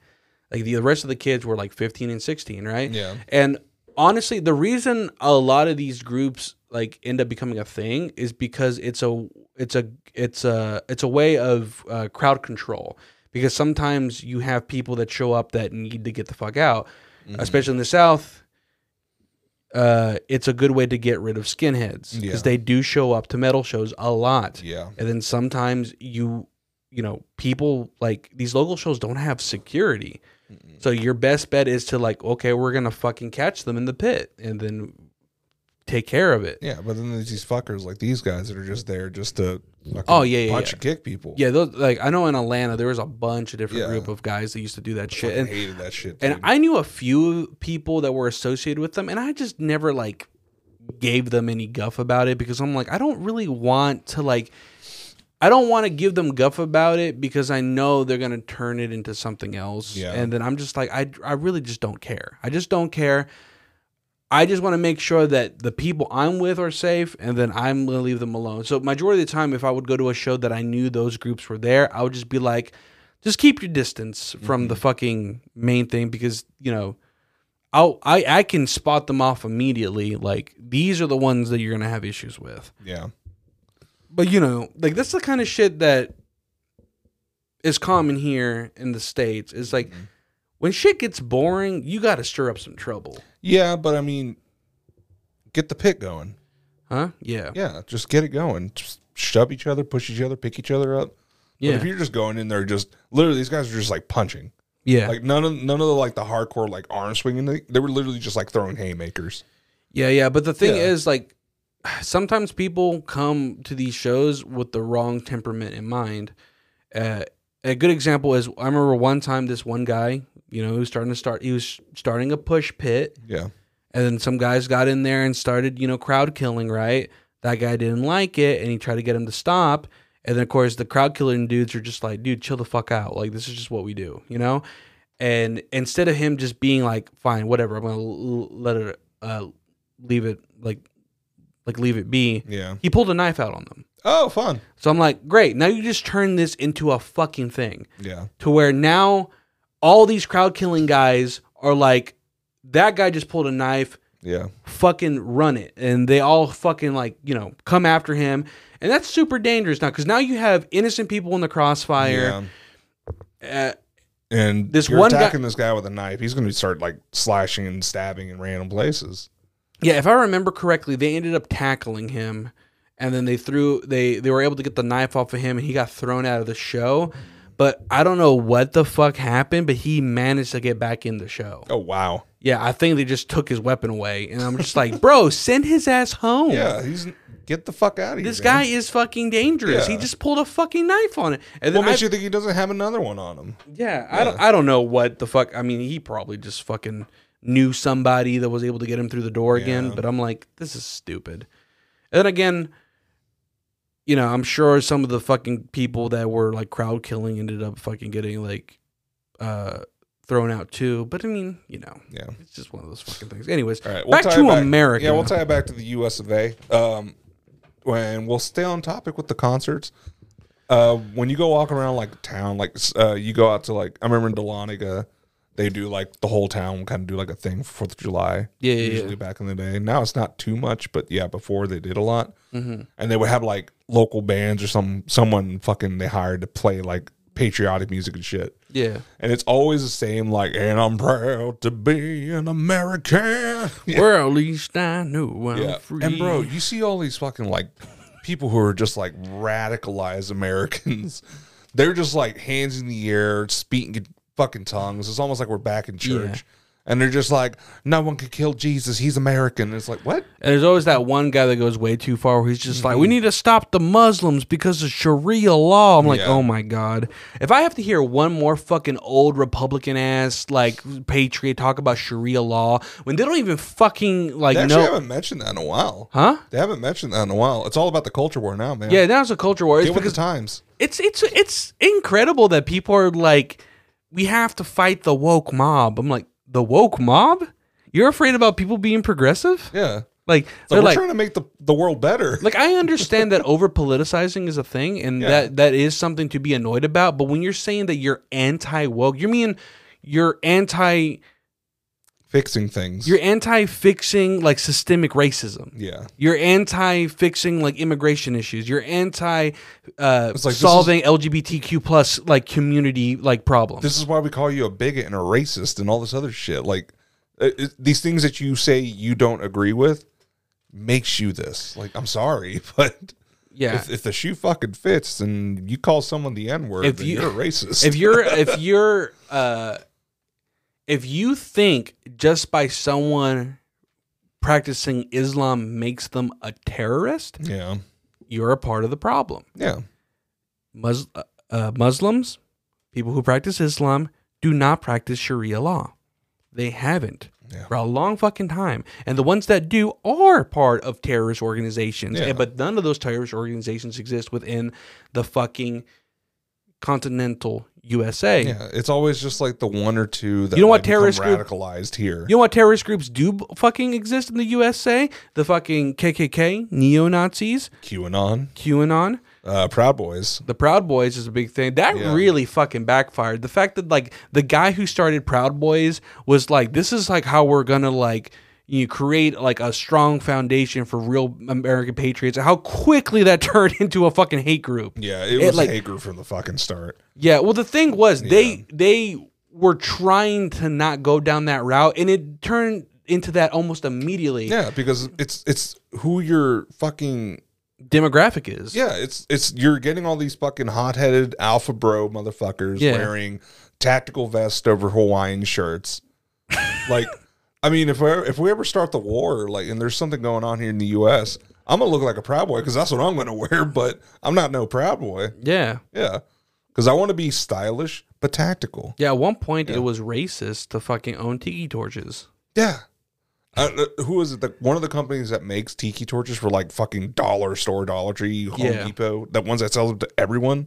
[SPEAKER 3] Like the rest of the kids were like 15 and 16, right?
[SPEAKER 2] Yeah.
[SPEAKER 3] And honestly, the reason a lot of these groups like end up becoming a thing is because it's a it's a it's a it's a way of uh, crowd control. Because sometimes you have people that show up that need to get the fuck out, especially in the South. Uh, it's a good way to get rid of skinheads because
[SPEAKER 2] Yeah.
[SPEAKER 3] they do show up to metal shows a lot.
[SPEAKER 2] Yeah.
[SPEAKER 3] And then sometimes you, you know, people like these local shows don't have security. So your best bet is to like, okay, we're going to fucking catch them in the pit and then take care of it.
[SPEAKER 2] Yeah, but then there's these fuckers like these guys that are just there just to fucking
[SPEAKER 3] Oh, yeah, yeah,
[SPEAKER 2] punch
[SPEAKER 3] yeah.
[SPEAKER 2] and kick people.
[SPEAKER 3] Yeah. Those, like I know in Atlanta, there was a bunch of different
[SPEAKER 2] Yeah.
[SPEAKER 3] group of guys that used to do that shit.
[SPEAKER 2] I
[SPEAKER 3] And,
[SPEAKER 2] hated that shit.
[SPEAKER 3] and
[SPEAKER 2] dude.
[SPEAKER 3] I knew a few people that were associated with them and I just never like gave them any guff about it because I'm like, I don't really want to like I don't want to give them guff about it because I know they're going to turn it into something else.
[SPEAKER 2] Yeah.
[SPEAKER 3] And then I'm just like, I, I really just don't care. I just don't care. I just want to make sure that the people I'm with are safe and then I'm going to leave them alone. So, majority of the time, if I would go to a show that I knew those groups were there, I would just be like, just keep your distance from the fucking main thing because, you know, I'll, I, I can spot them off immediately. Like, these are the ones that you're going to have issues with.
[SPEAKER 2] yeah,
[SPEAKER 3] But you know, like that's the kind of shit that is common here in the states. It's like
[SPEAKER 2] Mm-hmm.
[SPEAKER 3] when shit gets boring, you got to stir up some trouble,
[SPEAKER 2] yeah, but I mean, get the pit going.
[SPEAKER 3] huh? Yeah,
[SPEAKER 2] Yeah, just get it going. Just shove each other, push each other, pick each other up. But
[SPEAKER 3] yeah,
[SPEAKER 2] if you're just going in there, just literally, these guys are just like punching.
[SPEAKER 3] yeah,
[SPEAKER 2] Like none of none of the like the hardcore like arm swinging. They, they were literally just like throwing haymakers.
[SPEAKER 3] yeah, yeah. But the thing
[SPEAKER 2] Yeah.
[SPEAKER 3] is, like, sometimes people come to these shows with the wrong temperament in mind. Uh, a good example is I remember one time this one guy, you know, who was starting to start, he was starting a push pit,
[SPEAKER 2] Yeah,
[SPEAKER 3] And then some guys got in there and started, you know, crowd killing, right? That guy didn't like it and he tried to get him to stop. And then, of course, the crowd killing dudes are just like, dude, chill the fuck out. Like, this is just what we do, you know? And instead of him just being like, fine, whatever, I'm going to l- let it, uh, leave it, like, like leave it be,
[SPEAKER 2] yeah.
[SPEAKER 3] he pulled a knife out on them.
[SPEAKER 2] Oh, fun.
[SPEAKER 3] So I'm like, great. Now you just turn this into a fucking thing
[SPEAKER 2] Yeah,
[SPEAKER 3] to where now all these crowd killing guys are like, that guy just pulled a knife
[SPEAKER 2] yeah,
[SPEAKER 3] fucking run it and they all fucking like you know come after him and that's super dangerous now because now you have innocent people in the crossfire Uh,
[SPEAKER 2] yeah.
[SPEAKER 3] yeah.
[SPEAKER 2] And
[SPEAKER 3] This
[SPEAKER 2] this you're
[SPEAKER 3] one guy-
[SPEAKER 2] attacking this guy with a knife. He's going to start like slashing and stabbing in random places.
[SPEAKER 3] yeah if i remember correctly they ended up tackling him and then they threw they they were able to get the knife off of him and he got thrown out of the show but i don't know what the fuck happened but he managed to get back in the show
[SPEAKER 2] Oh wow.
[SPEAKER 3] yeah i think they just took his weapon away and i'm just like bro send his ass home
[SPEAKER 2] Yeah, he's get the fuck out of here.
[SPEAKER 3] this
[SPEAKER 2] man.
[SPEAKER 3] guy is fucking dangerous.
[SPEAKER 2] Yeah.
[SPEAKER 3] He just pulled a fucking knife on it. And then
[SPEAKER 2] What
[SPEAKER 3] I-
[SPEAKER 2] makes you think he doesn't have another one on him?
[SPEAKER 3] Yeah, I don't I don't know what the fuck. I mean, he probably just fucking knew somebody that was able to get him through the door again,
[SPEAKER 2] Yeah.
[SPEAKER 3] but I'm like, this is stupid. And then again, you know, I'm sure some of the fucking people that were like crowd killing ended up fucking getting like uh thrown out too, but I mean, you know,
[SPEAKER 2] Yeah.
[SPEAKER 3] it's just one of those fucking things. Anyways,
[SPEAKER 2] All right,
[SPEAKER 3] back
[SPEAKER 2] tie
[SPEAKER 3] to
[SPEAKER 2] it
[SPEAKER 3] America.
[SPEAKER 2] Yeah, we'll tie it back to the U.S. of A. Um, and we'll stay on topic with the concerts. Uh, when you go walk around like town, like uh, you go out to like I remember in Dahlonega, they do like the whole town kind of do like a thing for Fourth of July.
[SPEAKER 3] Yeah, yeah,
[SPEAKER 2] usually back in the day. Now it's not too much, but yeah, before they did a lot,
[SPEAKER 3] Mm-hmm.
[SPEAKER 2] and they would have like local bands or some someone fucking they hired to play like patriotic music and shit
[SPEAKER 3] yeah.
[SPEAKER 2] and it's always the same like and i'm proud to be an american yeah,
[SPEAKER 3] Well, at least I know I'm
[SPEAKER 2] yeah.
[SPEAKER 3] free.
[SPEAKER 2] and bro you see all these fucking like people who are just like radicalized americans they're just like hands in the air speaking in fucking tongues it's almost like we're back in church and they're just like no one could kill jesus he's american and it's like what
[SPEAKER 3] And there's always that one guy that goes way too far where he's just
[SPEAKER 2] Mm-hmm.
[SPEAKER 3] like, we need to stop the Muslims because of Sharia law. I'm like,
[SPEAKER 2] Yeah.
[SPEAKER 3] oh my God. If I have to hear one more fucking old Republican ass, like, patriot talk about Sharia law when they don't even fucking, like,
[SPEAKER 2] they actually
[SPEAKER 3] know.
[SPEAKER 2] haven't mentioned that in a while
[SPEAKER 3] Huh?
[SPEAKER 2] they haven't mentioned that in a while it's all about the culture war now man
[SPEAKER 3] Yeah, that's a culture war. It's
[SPEAKER 2] Get with the
[SPEAKER 3] because
[SPEAKER 2] times
[SPEAKER 3] it's, it's, it's incredible that people are like, we have to fight the woke mob. I'm like, the woke mob? You're afraid about people being progressive?
[SPEAKER 2] yeah
[SPEAKER 3] Like
[SPEAKER 2] Like,
[SPEAKER 3] they're
[SPEAKER 2] we're
[SPEAKER 3] like
[SPEAKER 2] trying to make the, the world better.
[SPEAKER 3] like I understand that over politicizing is a thing, and
[SPEAKER 2] Yeah.
[SPEAKER 3] that that is something to be annoyed about. But when you're saying that you're anti woke, you mean you're anti
[SPEAKER 2] Fixing things.
[SPEAKER 3] you're anti fixing like systemic racism.
[SPEAKER 2] yeah.
[SPEAKER 3] You're anti fixing like immigration issues. You're anti uh,
[SPEAKER 2] It's like, this
[SPEAKER 3] solving LGBTQ plus like community like problems.
[SPEAKER 2] This is why we call you a bigot and a racist and all this other shit. Like uh, it, it- these things that you say you don't agree with makes you this. Like I'm sorry, but
[SPEAKER 3] yeah.
[SPEAKER 2] if, if the shoe fucking fits and you call someone the N word,
[SPEAKER 3] If
[SPEAKER 2] then
[SPEAKER 3] you-
[SPEAKER 2] you, are a racist.
[SPEAKER 3] if you're if you're uh if you think just by someone practicing Islam makes them a terrorist,
[SPEAKER 2] yeah,
[SPEAKER 3] you're a part of the problem.
[SPEAKER 2] yeah,
[SPEAKER 3] Mus- uh, Muslims, people who practice Islam, do not practice Sharia law. They haven't
[SPEAKER 2] Yeah.
[SPEAKER 3] for a long fucking time, and the ones that do are part of terrorist organizations.
[SPEAKER 2] Yeah.
[SPEAKER 3] And- but none of those terrorist organizations exist within the fucking continental USA.
[SPEAKER 2] yeah. It's always just like the one or two that
[SPEAKER 3] You know what
[SPEAKER 2] like, become
[SPEAKER 3] terrorist group-
[SPEAKER 2] radicalized here.
[SPEAKER 3] You know what terrorist groups do b- fucking exist in the USA? The fucking KKK, neo Nazis,
[SPEAKER 2] QAnon,
[SPEAKER 3] QAnon,
[SPEAKER 2] uh, Proud Boys.
[SPEAKER 3] the Proud Boys is a big thing. That
[SPEAKER 2] Yeah.
[SPEAKER 3] really fucking backfired. The fact that like the guy who started Proud Boys was like, this is like how we're gonna like you create like a strong foundation for real American patriots. How quickly that turned into a fucking hate group.
[SPEAKER 2] Yeah, it was
[SPEAKER 3] like-
[SPEAKER 2] a hate group from the fucking start.
[SPEAKER 3] Yeah, well the thing was they they were trying to not go down that route and it turned into that almost immediately
[SPEAKER 2] Yeah, because it's it's who you're fucking
[SPEAKER 3] demographic is.
[SPEAKER 2] Yeah, it's it's you're getting all these fucking hot-headed alpha bro motherfuckers
[SPEAKER 3] Yeah.
[SPEAKER 2] wearing tactical vests over Hawaiian shirts. like, I mean, if we if we ever start the war, like, and there's something going on here in the U.S., I'm gonna look like a proud boy because that's what I'm gonna wear. But I'm not no proud boy.
[SPEAKER 3] Yeah.
[SPEAKER 2] Yeah, because I want to be stylish but tactical.
[SPEAKER 3] Yeah, at one point it was racist to fucking own tiki torches.
[SPEAKER 2] Yeah. Uh, uh, who is it? The, one of the companies that makes tiki torches for like fucking dollar store, Dollar Tree, Home
[SPEAKER 3] Yeah.
[SPEAKER 2] Depot, that ones that sells them to everyone.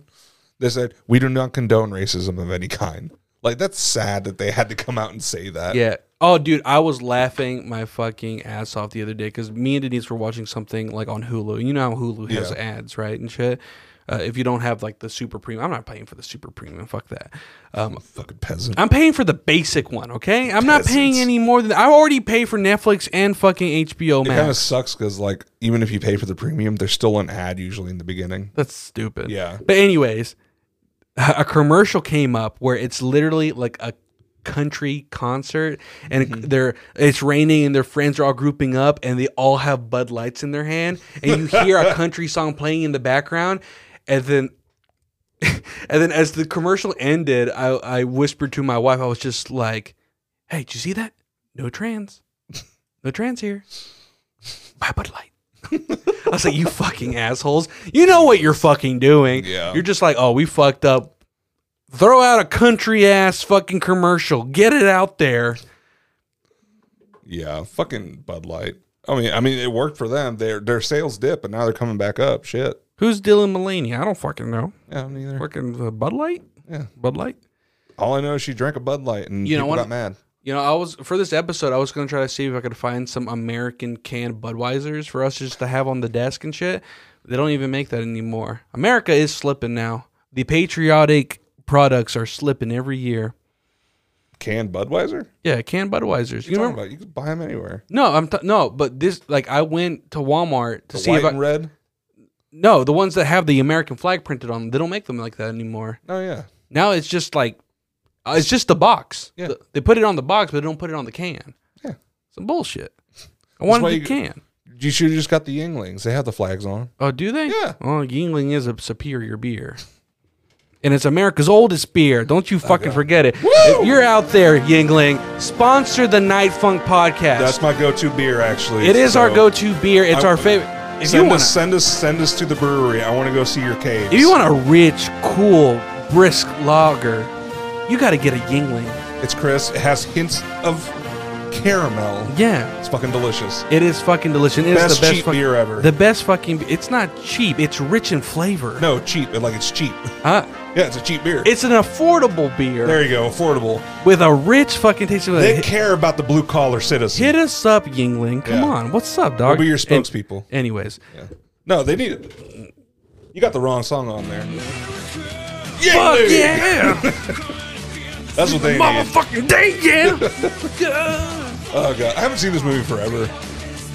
[SPEAKER 2] They said we do not condone racism of any kind. Like that's sad that they had to come out and say that.
[SPEAKER 3] Yeah. Oh, dude, I was laughing my fucking ass off the other day because me and Denise were watching something like on Hulu. You know how Hulu has
[SPEAKER 2] Yeah.
[SPEAKER 3] ads, right? And shit. Uh, if you don't have like the super premium, I'm not paying for the super premium. Fuck that. Um,
[SPEAKER 2] Fucking peasant.
[SPEAKER 3] I'm paying for the basic one, okay? I'm not paying
[SPEAKER 2] Peasants.
[SPEAKER 3] any more than I already pay for Netflix and fucking HBO
[SPEAKER 2] it kind of
[SPEAKER 3] Max.
[SPEAKER 2] sucks because like even if you pay for the premium, there's still an ad usually in the beginning.
[SPEAKER 3] That's stupid.
[SPEAKER 2] Yeah.
[SPEAKER 3] But anyways, a commercial came up where it's literally like a country concert and they're it's raining and their friends are all grouping up and they all have Bud Lights in their hand and you hear a country song playing in the background and then and then as the commercial ended I, I whispered to my wife I was just like hey did you see that no trans no trans here buy Bud Light I was like, you fucking assholes. You know what you're fucking doing.
[SPEAKER 2] Yeah.
[SPEAKER 3] You're just like, oh, we fucked up. Throw out a country ass fucking commercial. Get it out there.
[SPEAKER 2] Yeah, fucking Bud Light. I mean, I mean, it worked for them. Their their sales dip, and now they're coming back up. Shit.
[SPEAKER 3] Who's Dylan Mullaney? I don't fucking know.
[SPEAKER 2] Yeah, I'm neither.
[SPEAKER 3] Fucking uh, Bud Light?
[SPEAKER 2] Yeah.
[SPEAKER 3] Bud Light?
[SPEAKER 2] All I know is she drank a Bud Light, and
[SPEAKER 3] You know
[SPEAKER 2] people
[SPEAKER 3] what?
[SPEAKER 2] got mad.
[SPEAKER 3] You know, I was for this episode, I was gonna try to see if I could find some American canned Budweisers for us just to have on the desk and shit. They don't even make that anymore. America is slipping now. The patriotic products are slipping every year.
[SPEAKER 2] Canned Budweiser.
[SPEAKER 3] Yeah, canned Budweisers. You
[SPEAKER 2] you
[SPEAKER 3] remember?
[SPEAKER 2] about? You can buy them anywhere.
[SPEAKER 3] No, I'm t- no, but this like I went to Walmart
[SPEAKER 2] The
[SPEAKER 3] to see
[SPEAKER 2] white
[SPEAKER 3] if I
[SPEAKER 2] and red.
[SPEAKER 3] no the ones that have the American flag printed on them. They don't make them like that anymore.
[SPEAKER 2] Oh yeah,
[SPEAKER 3] Now it's just like uh, it's just the box.
[SPEAKER 2] Yeah.
[SPEAKER 3] Th- They put it on the box, but they don't put it on the can.
[SPEAKER 2] Yeah.
[SPEAKER 3] some bullshit. I
[SPEAKER 2] why
[SPEAKER 3] wanted the
[SPEAKER 2] you-
[SPEAKER 3] can.
[SPEAKER 2] you should have just got the Yinglings. They have the flags on. 'em.
[SPEAKER 3] Oh, do they?
[SPEAKER 2] Yeah.
[SPEAKER 3] Oh, Yingling is a superior beer. And it's America's oldest beer. Don't you fucking forget it. If you're out there, Yingling, sponsor the Night Funk podcast.
[SPEAKER 2] That's my go-to beer, actually.
[SPEAKER 3] it is our
[SPEAKER 2] So,
[SPEAKER 3] go-to beer. It's
[SPEAKER 2] I-
[SPEAKER 3] our favorite. If you
[SPEAKER 2] Send
[SPEAKER 3] want
[SPEAKER 2] us, send us, send us to the brewery. I want to go see your caves.
[SPEAKER 3] If you want a rich, cool, brisk lager, you got to get a Yingling.
[SPEAKER 2] it's Chris. It has hints of caramel.
[SPEAKER 3] Yeah,
[SPEAKER 2] It's fucking delicious.
[SPEAKER 3] it is fucking delicious. It's
[SPEAKER 2] Best
[SPEAKER 3] the best
[SPEAKER 2] cheap
[SPEAKER 3] fuck-
[SPEAKER 2] beer ever.
[SPEAKER 3] The best fucking. It's not cheap. It's rich in flavor.
[SPEAKER 2] No, cheap. Like it's cheap.
[SPEAKER 3] Huh?
[SPEAKER 2] Yeah, it's a cheap beer.
[SPEAKER 3] It's an affordable beer
[SPEAKER 2] there you go, affordable.
[SPEAKER 3] with a rich fucking taste of it.
[SPEAKER 2] They
[SPEAKER 3] Hit-
[SPEAKER 2] care about the blue collar citizen.
[SPEAKER 3] Hit us up, Yingling. Come
[SPEAKER 2] Yeah.
[SPEAKER 3] on, what's up, dog?
[SPEAKER 2] We'll be your
[SPEAKER 3] And-
[SPEAKER 2] spokespeople.
[SPEAKER 3] anyways,
[SPEAKER 2] Yeah. No, they need it. You got the wrong song on there. Yeah,
[SPEAKER 3] fuck
[SPEAKER 2] dude.
[SPEAKER 3] yeah,
[SPEAKER 2] That's what they need.
[SPEAKER 3] motherfucking day, yeah.
[SPEAKER 2] Oh god, I haven't seen this movie forever.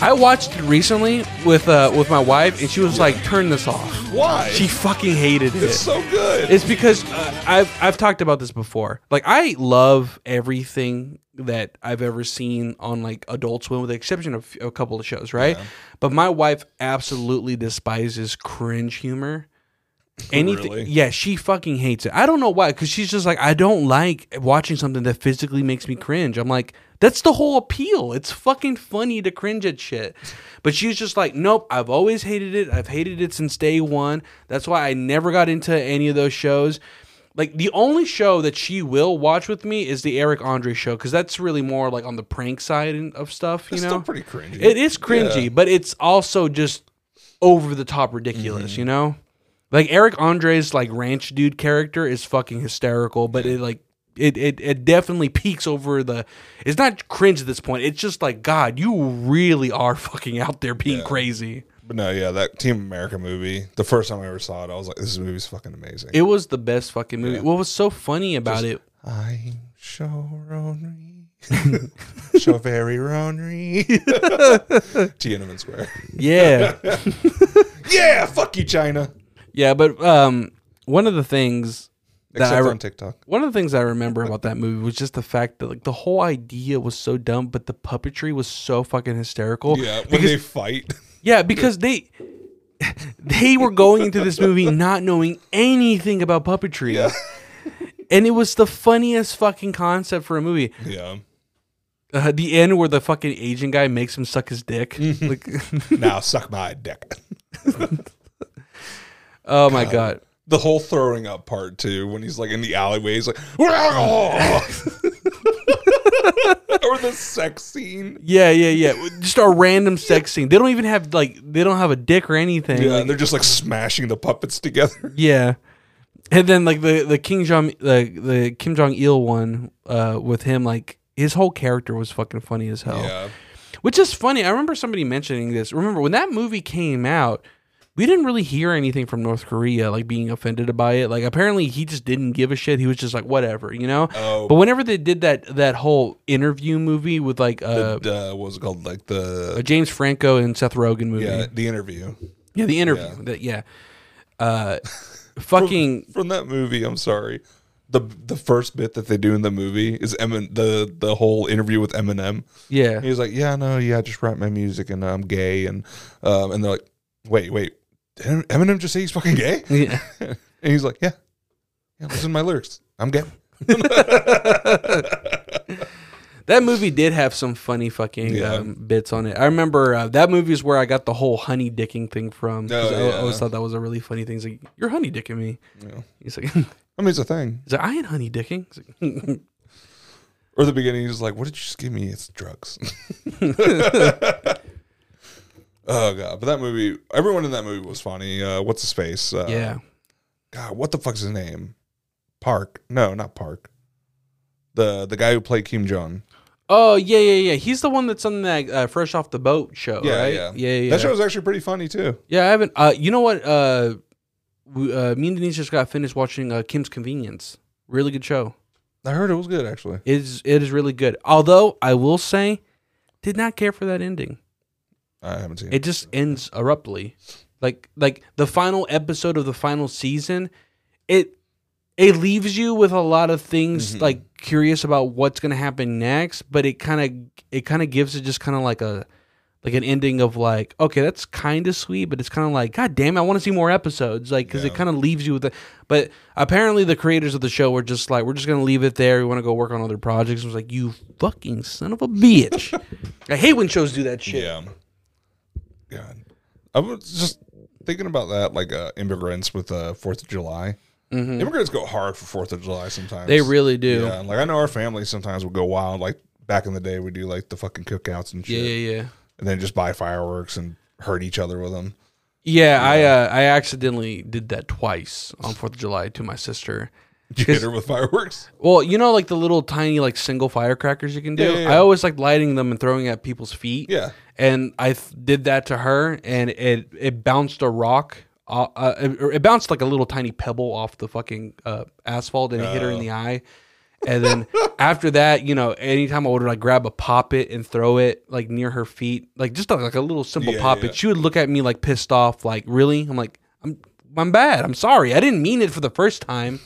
[SPEAKER 3] I watched it recently with uh with my wife, and she was like, "Turn this off."
[SPEAKER 2] Why?
[SPEAKER 3] She fucking hated it.
[SPEAKER 2] it's so good.
[SPEAKER 3] It's because uh, I've I've talked about this before. Like I love everything that I've ever seen on like Adult Swim, with the exception of a couple of shows, right? But my wife absolutely despises cringe humor. Anything,
[SPEAKER 2] Really?
[SPEAKER 3] yeah, she fucking hates it. I don't know why, because she's just like, I don't like watching something that physically makes me cringe. I'm like, that's the whole appeal. It's fucking funny to cringe at shit. But she's just like, nope, I've always hated it. I've hated it since day one. That's why I never got into any of those shows. Like, the only show that she will watch with me is the Eric Andre show, because that's really more like on the prank side and- of stuff, you
[SPEAKER 2] It's
[SPEAKER 3] know?
[SPEAKER 2] still pretty cringy.
[SPEAKER 3] It is cringy, but it's also just over the top
[SPEAKER 2] Mm-hmm.
[SPEAKER 3] ridiculous, you know? Like Eric Andre's like ranch dude character is fucking hysterical, but it like it, it it definitely peaks over the it's not cringe at this point. It's just like god, you really are fucking out there being crazy.
[SPEAKER 2] But no, yeah, that Team America movie. The first time I ever saw it, I was like, "This movie's fucking amazing."
[SPEAKER 3] It was the best fucking movie. What was so funny about it?
[SPEAKER 2] I'm Shoronry. so very Ronry. Tiananmen Square.
[SPEAKER 3] Yeah.
[SPEAKER 2] Yeah, fuck you, China.
[SPEAKER 3] yeah, but um one of the things that
[SPEAKER 2] Except
[SPEAKER 3] I re-
[SPEAKER 2] on TikTok.
[SPEAKER 3] One of the things I remember about that movie was just the fact that like the whole idea was so dumb, but the puppetry was so fucking hysterical.
[SPEAKER 2] Yeah, when
[SPEAKER 3] because,
[SPEAKER 2] they fight.
[SPEAKER 3] yeah, because they they were going into this movie not knowing anything about puppetry,
[SPEAKER 2] Yeah,
[SPEAKER 3] and it was the funniest fucking concept for a movie.
[SPEAKER 2] yeah.
[SPEAKER 3] Uh, the end where the fucking Asian guy makes him suck his dick.
[SPEAKER 2] Mm-hmm.
[SPEAKER 3] Like,
[SPEAKER 2] Now suck my dick.
[SPEAKER 3] oh my god.
[SPEAKER 2] The whole throwing up part too, when he's like in the alleyway, he's like, or the sex scene.
[SPEAKER 3] Yeah, yeah, yeah. Just a random sex scene. They don't even have like they don't have a dick or anything.
[SPEAKER 2] Yeah,
[SPEAKER 3] Like,
[SPEAKER 2] and they're just like smashing the puppets together.
[SPEAKER 3] Yeah. And then like the the King Jong the the Kim Jong Il one uh with him like his whole character was fucking funny as hell.
[SPEAKER 2] Yeah,
[SPEAKER 3] Which is funny. I remember somebody mentioning this. Remember when that movie came out, we didn't really hear anything from North Korea like being offended by it. Like apparently he just didn't give a shit. He was just like whatever, you know?
[SPEAKER 2] Oh.
[SPEAKER 3] But whenever they did that that whole interview movie with like uh,
[SPEAKER 2] the, uh, what was it called? Like
[SPEAKER 3] a
[SPEAKER 2] the
[SPEAKER 3] James Franco and Seth Rogen movie.
[SPEAKER 2] yeah
[SPEAKER 3] Yeah,
[SPEAKER 2] the interview
[SPEAKER 3] the interview.
[SPEAKER 2] Yeah.
[SPEAKER 3] That yeah. Uh fucking
[SPEAKER 2] from that movie. I'm sorry. The the first bit that they do in the movie is Emin the the whole interview with Eminem.
[SPEAKER 3] yeah.
[SPEAKER 2] He's like, yeah, no, yeah, I just write my music and I'm gay and um and they're like, wait, wait, did Eminem just say he's fucking gay?
[SPEAKER 3] Yeah.
[SPEAKER 2] and he's like, yeah, yeah, listen to my lyrics. I'm gay.
[SPEAKER 3] That movie did have some funny fucking
[SPEAKER 2] Yeah.
[SPEAKER 3] um, bits on it. I remember uh, that movie is where I got the whole honey dicking thing from. 'cause
[SPEAKER 2] Oh,
[SPEAKER 3] I- I,
[SPEAKER 2] yeah.
[SPEAKER 3] always thought that was a really funny thing. He's like, "You're honey dicking me."
[SPEAKER 2] Yeah.
[SPEAKER 3] He's like, he's
[SPEAKER 2] I mean, it's a thing.
[SPEAKER 3] like, "I ain't honey dicking." He's like,
[SPEAKER 2] Or the beginning, he's like, what did you just give me? It's drugs. oh god, but that movie, everyone in that movie was funny. Uh, what's his face? Uh,
[SPEAKER 3] "Yeah,
[SPEAKER 2] God, what the fuck's his name? Park? No, not Park. The the guy who played Kim Jong.
[SPEAKER 3] oh yeah, yeah, yeah." He's the one that's on that uh, fresh off the boat show,
[SPEAKER 2] Yeah,
[SPEAKER 3] right?
[SPEAKER 2] yeah,
[SPEAKER 3] yeah, yeah.
[SPEAKER 2] That show was actually pretty funny too.
[SPEAKER 3] yeah, I haven't. Uh, you know what? Uh, we, uh, me and Denise just got finished watching uh, Kim's Convenience. Really good show.
[SPEAKER 2] I heard it was good actually.
[SPEAKER 3] It is it is really good. Although I will say, did not care for that ending.
[SPEAKER 2] I haven't seen it.
[SPEAKER 3] it just ends abruptly like like the final episode of the final season it it leaves you with a lot of
[SPEAKER 2] Mm-hmm.
[SPEAKER 3] things like curious about what's going to happen next but it kind of it kind of gives it just kind of like a like an ending of like okay that's kind of sweet but it's kind of like god damn i want to see more episodes like because it
[SPEAKER 2] Yeah.
[SPEAKER 3] kind of leaves you with a but apparently the creators of the show were just like we're just going to leave it there we want to go work on other projects i was like you fucking son of a bitch i hate when shows do that shit
[SPEAKER 2] Yeah. God. I was just thinking about that, like uh, immigrants with uh, Fourth of July. Immigrants go hard for Fourth of July sometimes.
[SPEAKER 3] Mm-hmm. they really do
[SPEAKER 2] Yeah, and, like I know our family sometimes would go wild. Like back in the day, we do like the fucking cookouts and shit,
[SPEAKER 3] Yeah, yeah, yeah.
[SPEAKER 2] and then just buy fireworks and hurt each other with them.
[SPEAKER 3] Yeah, I uh, I accidentally did that twice on Fourth of July to my sister.
[SPEAKER 2] You hit her with fireworks.
[SPEAKER 3] Well, you know, like the little tiny like single firecrackers you can do.
[SPEAKER 2] Yeah, yeah, yeah.
[SPEAKER 3] I always like lighting them and throwing at people's feet.
[SPEAKER 2] Yeah.
[SPEAKER 3] and I th- did that to her, and it it bounced a rock. Uh, uh, it, it bounced like a little tiny pebble off the fucking uh, asphalt, and it hit her in the eye. And then after that, you know, anytime I would like grab a pop it and throw it like near her feet, like just like a little simple
[SPEAKER 2] Yeah,
[SPEAKER 3] pop
[SPEAKER 2] yeah.
[SPEAKER 3] it, she would look at me like pissed off, like really. I'm like, I'm I'm bad. I'm sorry. I didn't mean it for the first time.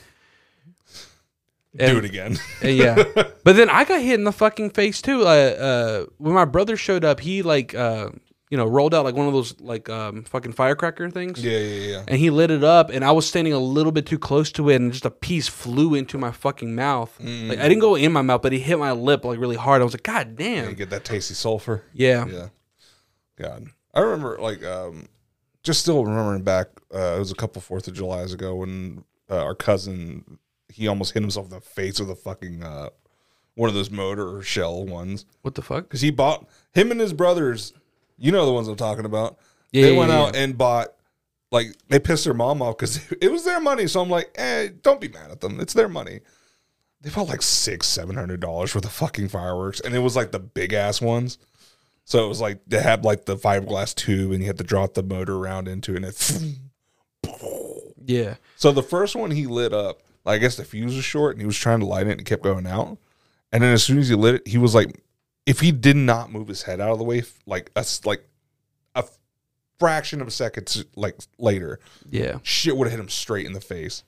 [SPEAKER 2] Do
[SPEAKER 3] And-
[SPEAKER 2] it again.
[SPEAKER 3] uh, yeah. But then I got hit in the fucking face too. Uh, uh, when my brother showed up, he like uh, you know rolled out like one of those like um, fucking firecracker things.
[SPEAKER 2] yeah, yeah, yeah.
[SPEAKER 3] And he lit it up, and I was standing a little bit too close to it, and just a piece flew into my fucking mouth.
[SPEAKER 2] Mm.
[SPEAKER 3] Like I didn't go in my mouth, but he hit my lip like really hard. I was like, God
[SPEAKER 2] You
[SPEAKER 3] damn.
[SPEAKER 2] get that tasty sulfur.
[SPEAKER 3] Yeah.
[SPEAKER 2] Yeah. God. I remember like um just still remembering back uh it was a couple 4th of Julys ago when uh, our cousin he almost hit himself in the face with a fucking uh one of those motor shell ones
[SPEAKER 3] What the fuck?
[SPEAKER 2] cuz he bought him and his brothers, you know the ones I'm talking about.
[SPEAKER 3] Yeah,
[SPEAKER 2] they
[SPEAKER 3] yeah,
[SPEAKER 2] went
[SPEAKER 3] yeah,
[SPEAKER 2] out and bought like they pissed their mom off cuz it was their money, so I'm like, "Eh, don't be mad at them. It's their money." They bought like six, seven hundred dollars worth of fucking fireworks, and it was like the big ass ones. So it was like they had like the fiberglass tube, and you had to drop the motor round into, it and it.
[SPEAKER 3] Yeah.
[SPEAKER 2] So the first one he lit up, I guess the fuse was short, and he was trying to light it, and it kept going out. And then as soon as he lit it, he was like, if he did not move his head out of the way, like a s- like a fraction of a second, s- like later,
[SPEAKER 3] Yeah.
[SPEAKER 2] shit would have hit him straight in the face.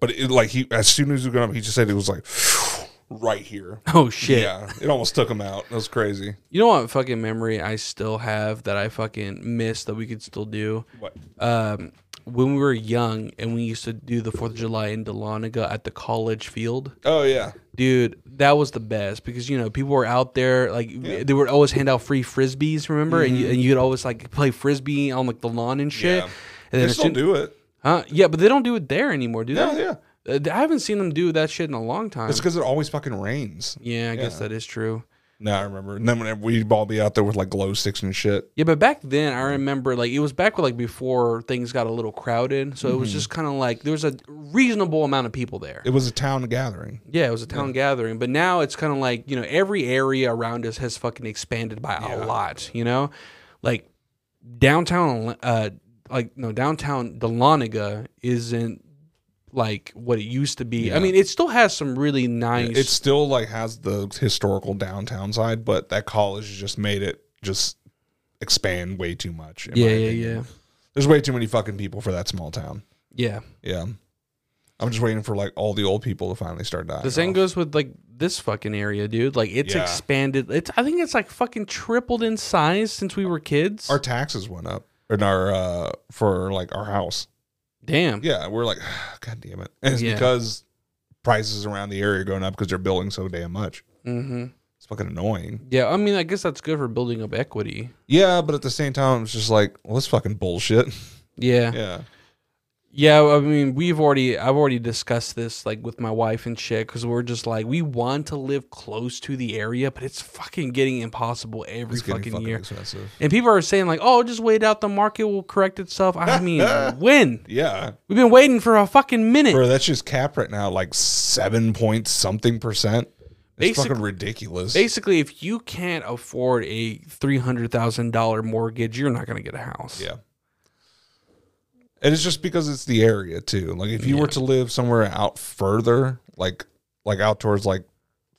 [SPEAKER 2] But it like he as soon as he got up, he just said it was like right here.
[SPEAKER 3] Oh shit.
[SPEAKER 2] Yeah, it almost took him out. That was crazy.
[SPEAKER 3] You know what fucking memory I still have that I fucking miss that we could still do?
[SPEAKER 2] What?
[SPEAKER 3] um, when we were young and we used to do the Fourth of July in Dahlonega at the college field,
[SPEAKER 2] Oh yeah,
[SPEAKER 3] dude, that was the best because you know people were out there like they would always hand out free frisbees, remember? And you and you'd always like play frisbee on like the lawn and shit.
[SPEAKER 2] Mm-hmm. Yeah.
[SPEAKER 3] And
[SPEAKER 2] they
[SPEAKER 3] as
[SPEAKER 2] still
[SPEAKER 3] soon-
[SPEAKER 2] do it.
[SPEAKER 3] huh? Yeah, but they don't do it there anymore, do
[SPEAKER 2] Yeah,
[SPEAKER 3] they?
[SPEAKER 2] yeah.
[SPEAKER 3] Uh, I haven't seen them do that shit in a long time.
[SPEAKER 2] It's because it always fucking rains.
[SPEAKER 3] yeah, I guess
[SPEAKER 2] Yeah.
[SPEAKER 3] that is true.
[SPEAKER 2] No, I remember. And then whenever we'd all be out there with like glow sticks and shit.
[SPEAKER 3] Yeah, but back then I remember like it was back like before things got a little crowded, so it
[SPEAKER 2] Mm-hmm.
[SPEAKER 3] was just kind of like there was a reasonable amount of people there.
[SPEAKER 2] It was a town gathering.
[SPEAKER 3] Yeah, it was a town gathering, but now it's kind of like you know every area around us has fucking expanded by a lot. You know, like downtown, uh, like no downtown Dahlonega isn't like what it used to be. I mean, it still has some really nice.
[SPEAKER 2] It still like has the historical downtown side, but that college just made it just expand way too much. in my
[SPEAKER 3] yeah, yeah,
[SPEAKER 2] opinion.
[SPEAKER 3] yeah,
[SPEAKER 2] There's way too many fucking people for that small town.
[SPEAKER 3] yeah.
[SPEAKER 2] Yeah. I'm just waiting for like all the old people to finally start dying.
[SPEAKER 3] The same
[SPEAKER 2] off.
[SPEAKER 3] goes with like this fucking area, dude. Like it's
[SPEAKER 2] Yeah.
[SPEAKER 3] expanded. It's I think it's like fucking tripled in size since we were kids.
[SPEAKER 2] our taxes went up in our uh for like our house.
[SPEAKER 3] Damn.
[SPEAKER 2] Yeah, we're like, God damn it. And it's
[SPEAKER 3] Yeah.
[SPEAKER 2] because prices around the area are going up because they're building so damn much.
[SPEAKER 3] Mm-hmm.
[SPEAKER 2] It's fucking annoying.
[SPEAKER 3] Yeah. I mean, I guess that's good for building up equity.
[SPEAKER 2] Yeah, but at the same time, it's just like, well, this fucking bullshit.
[SPEAKER 3] Yeah.
[SPEAKER 2] Yeah.
[SPEAKER 3] Yeah, I mean, we've already I've already discussed this like with my wife and shit because we're just like we want to live close to the area, but it's fucking getting impossible every
[SPEAKER 2] It's getting
[SPEAKER 3] fucking,
[SPEAKER 2] fucking
[SPEAKER 3] year.
[SPEAKER 2] expensive.
[SPEAKER 3] And people are saying like, "Oh, just wait out the market will correct itself." I mean, when
[SPEAKER 2] Yeah.
[SPEAKER 3] we've been waiting for a fucking minute.
[SPEAKER 2] Bro, that's just capped right now, like seven point something percent. It's
[SPEAKER 3] Basic-
[SPEAKER 2] fucking ridiculous.
[SPEAKER 3] Basically, if you can't afford a three hundred thousand dollar mortgage, you're not gonna get a house.
[SPEAKER 2] Yeah. And it's just because it's the area too. Like if you were to live somewhere out further, like like out towards like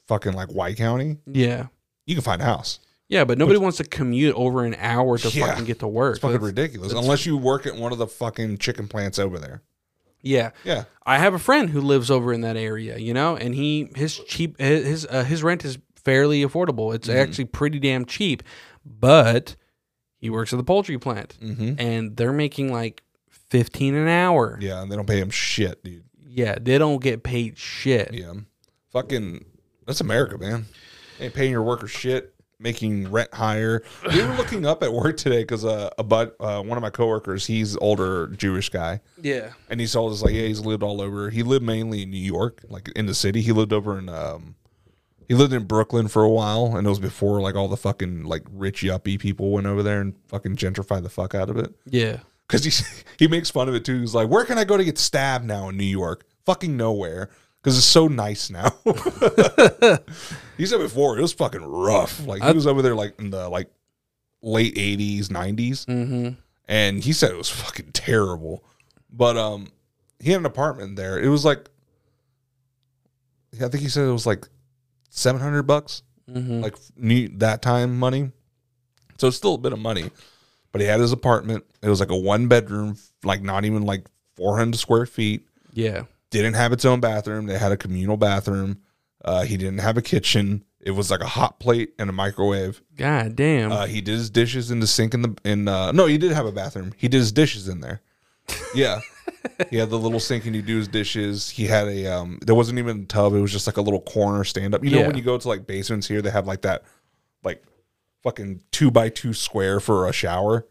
[SPEAKER 2] fucking like White County,
[SPEAKER 3] yeah,
[SPEAKER 2] you can find a house.
[SPEAKER 3] yeah. But nobody wants to commute over an hour to
[SPEAKER 2] Yeah.
[SPEAKER 3] fucking get to work.
[SPEAKER 2] It's fucking
[SPEAKER 3] That's-
[SPEAKER 2] ridiculous. Unless you work at one of the fucking chicken plants over there.
[SPEAKER 3] yeah,
[SPEAKER 2] Yeah.
[SPEAKER 3] I have a friend who lives over in that area, you know, and he his cheap his uh, his rent is fairly affordable.
[SPEAKER 2] Mm-hmm.
[SPEAKER 3] It's actually pretty damn cheap, but he works at the poultry plant,
[SPEAKER 2] Mm-hmm.
[SPEAKER 3] and they're making like fifteen an hour. Yeah.
[SPEAKER 2] Yeah, and they don't pay him shit, dude.
[SPEAKER 3] they don't get paid shit.
[SPEAKER 2] Yeah. Fucking that's America, man. Ain't paying your workers shit, making rent higher. We were looking up at work today because uh, a bud, uh, one of my coworkers, he's older Jewish guy,
[SPEAKER 3] Yeah,
[SPEAKER 2] and he told us like, yeah, he's lived all over. He lived mainly in New York, like in the city. He lived over in um, he lived in Brooklyn for a while, and it was before like all the fucking like rich yuppie people went over there and fucking gentrified the fuck out of it.
[SPEAKER 3] yeah,
[SPEAKER 2] because he he makes fun of it too. He's like, "Where can I go to get stabbed now in New York? Fucking nowhere, because it's so nice now." he said before it was fucking rough. Like he was over there like in the like late eighties, nineties,
[SPEAKER 3] Mm-hmm.
[SPEAKER 2] and he said it was fucking terrible. But um, he had an apartment there. It was like, I think he said it was like seven hundred bucks
[SPEAKER 3] Mm-hmm.
[SPEAKER 2] like new, that time money. So it's still a bit of money, but he had his apartment. It was like a one bedroom, like not even like 400 square feet.
[SPEAKER 3] Yeah.
[SPEAKER 2] Didn't have its own bathroom. They had a communal bathroom. Uh, he didn't have a kitchen. It was like a hot plate and a microwave.
[SPEAKER 3] God damn.
[SPEAKER 2] Uh, he did his dishes in the sink in the in. Uh, no, he did have a bathroom. He did his dishes in there. Yeah, he had the little sink and you do his dishes. He had a um. There wasn't even a tub. It was just like a little corner stand up. You know
[SPEAKER 3] Yeah.
[SPEAKER 2] when you go to like basements here, they have like that, like fucking two by two square for a shower.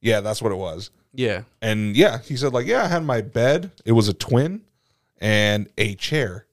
[SPEAKER 2] Yeah, that's what it was.
[SPEAKER 3] yeah.
[SPEAKER 2] And yeah, he said like yeah, I had my bed. It was a twin, and a chair,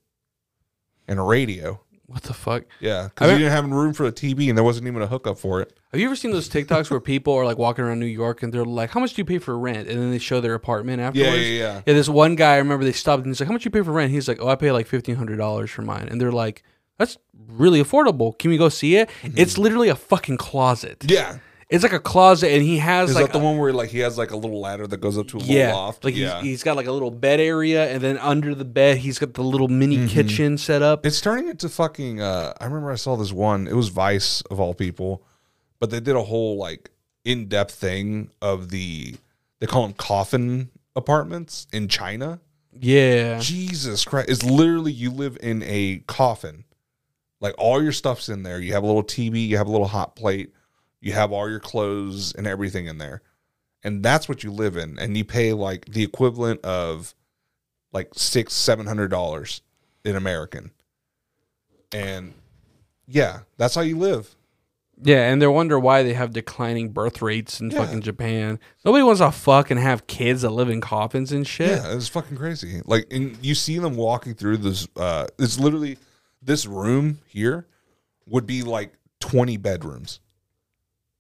[SPEAKER 2] and a radio.
[SPEAKER 3] What the fuck?
[SPEAKER 2] Yeah,
[SPEAKER 3] I
[SPEAKER 2] because he
[SPEAKER 3] mean-
[SPEAKER 2] didn't have room for a TV, and there wasn't even a hookup for it.
[SPEAKER 3] Have you ever seen those TikToks where people are like walking around New York and they're like, "How much do you pay for rent?" And then they show their apartment afterwards.
[SPEAKER 2] Yeah, yeah, yeah.
[SPEAKER 3] Yeah, this one guy, I remember they stopped and he's like, "How much you pay for rent?" He's like, "Oh, I pay like fifteen hundred dollars for mine." And they're like, "That's really affordable. Can we go see it?" It's literally a fucking closet.
[SPEAKER 2] Yeah,
[SPEAKER 3] It's like a closet, and he has
[SPEAKER 2] Is
[SPEAKER 3] like
[SPEAKER 2] that the
[SPEAKER 3] a-
[SPEAKER 2] one where like he has like a little ladder that goes up to a little
[SPEAKER 3] yeah,
[SPEAKER 2] loft?
[SPEAKER 3] like
[SPEAKER 2] yeah.
[SPEAKER 3] He's, he's got like a little bed area, and then under the bed he's got the little mini kitchen set up.
[SPEAKER 2] it's turning into fucking. Uh, I remember I saw this one. It was Vice of all people, but they did a whole like in depth thing of the. They call them coffin apartments in China.
[SPEAKER 3] yeah,
[SPEAKER 2] Jesus Christ! It's literally you live in a coffin. Like all your stuff's in there. You have a little TV. You have a little hot plate. You have all your clothes and everything in there, and that's what you live in. And you pay like the equivalent of like six, seven hundred dollars in American. And yeah, that's how you live.
[SPEAKER 3] yeah, and they wonder why they have declining birth rates in
[SPEAKER 2] Yeah.
[SPEAKER 3] fucking Japan. Nobody wants to fucking have kids that live in coffins and shit.
[SPEAKER 2] Yeah, it's fucking crazy. Like, and you see them walking through this. Uh, it's literally this room here would be like twenty bedrooms.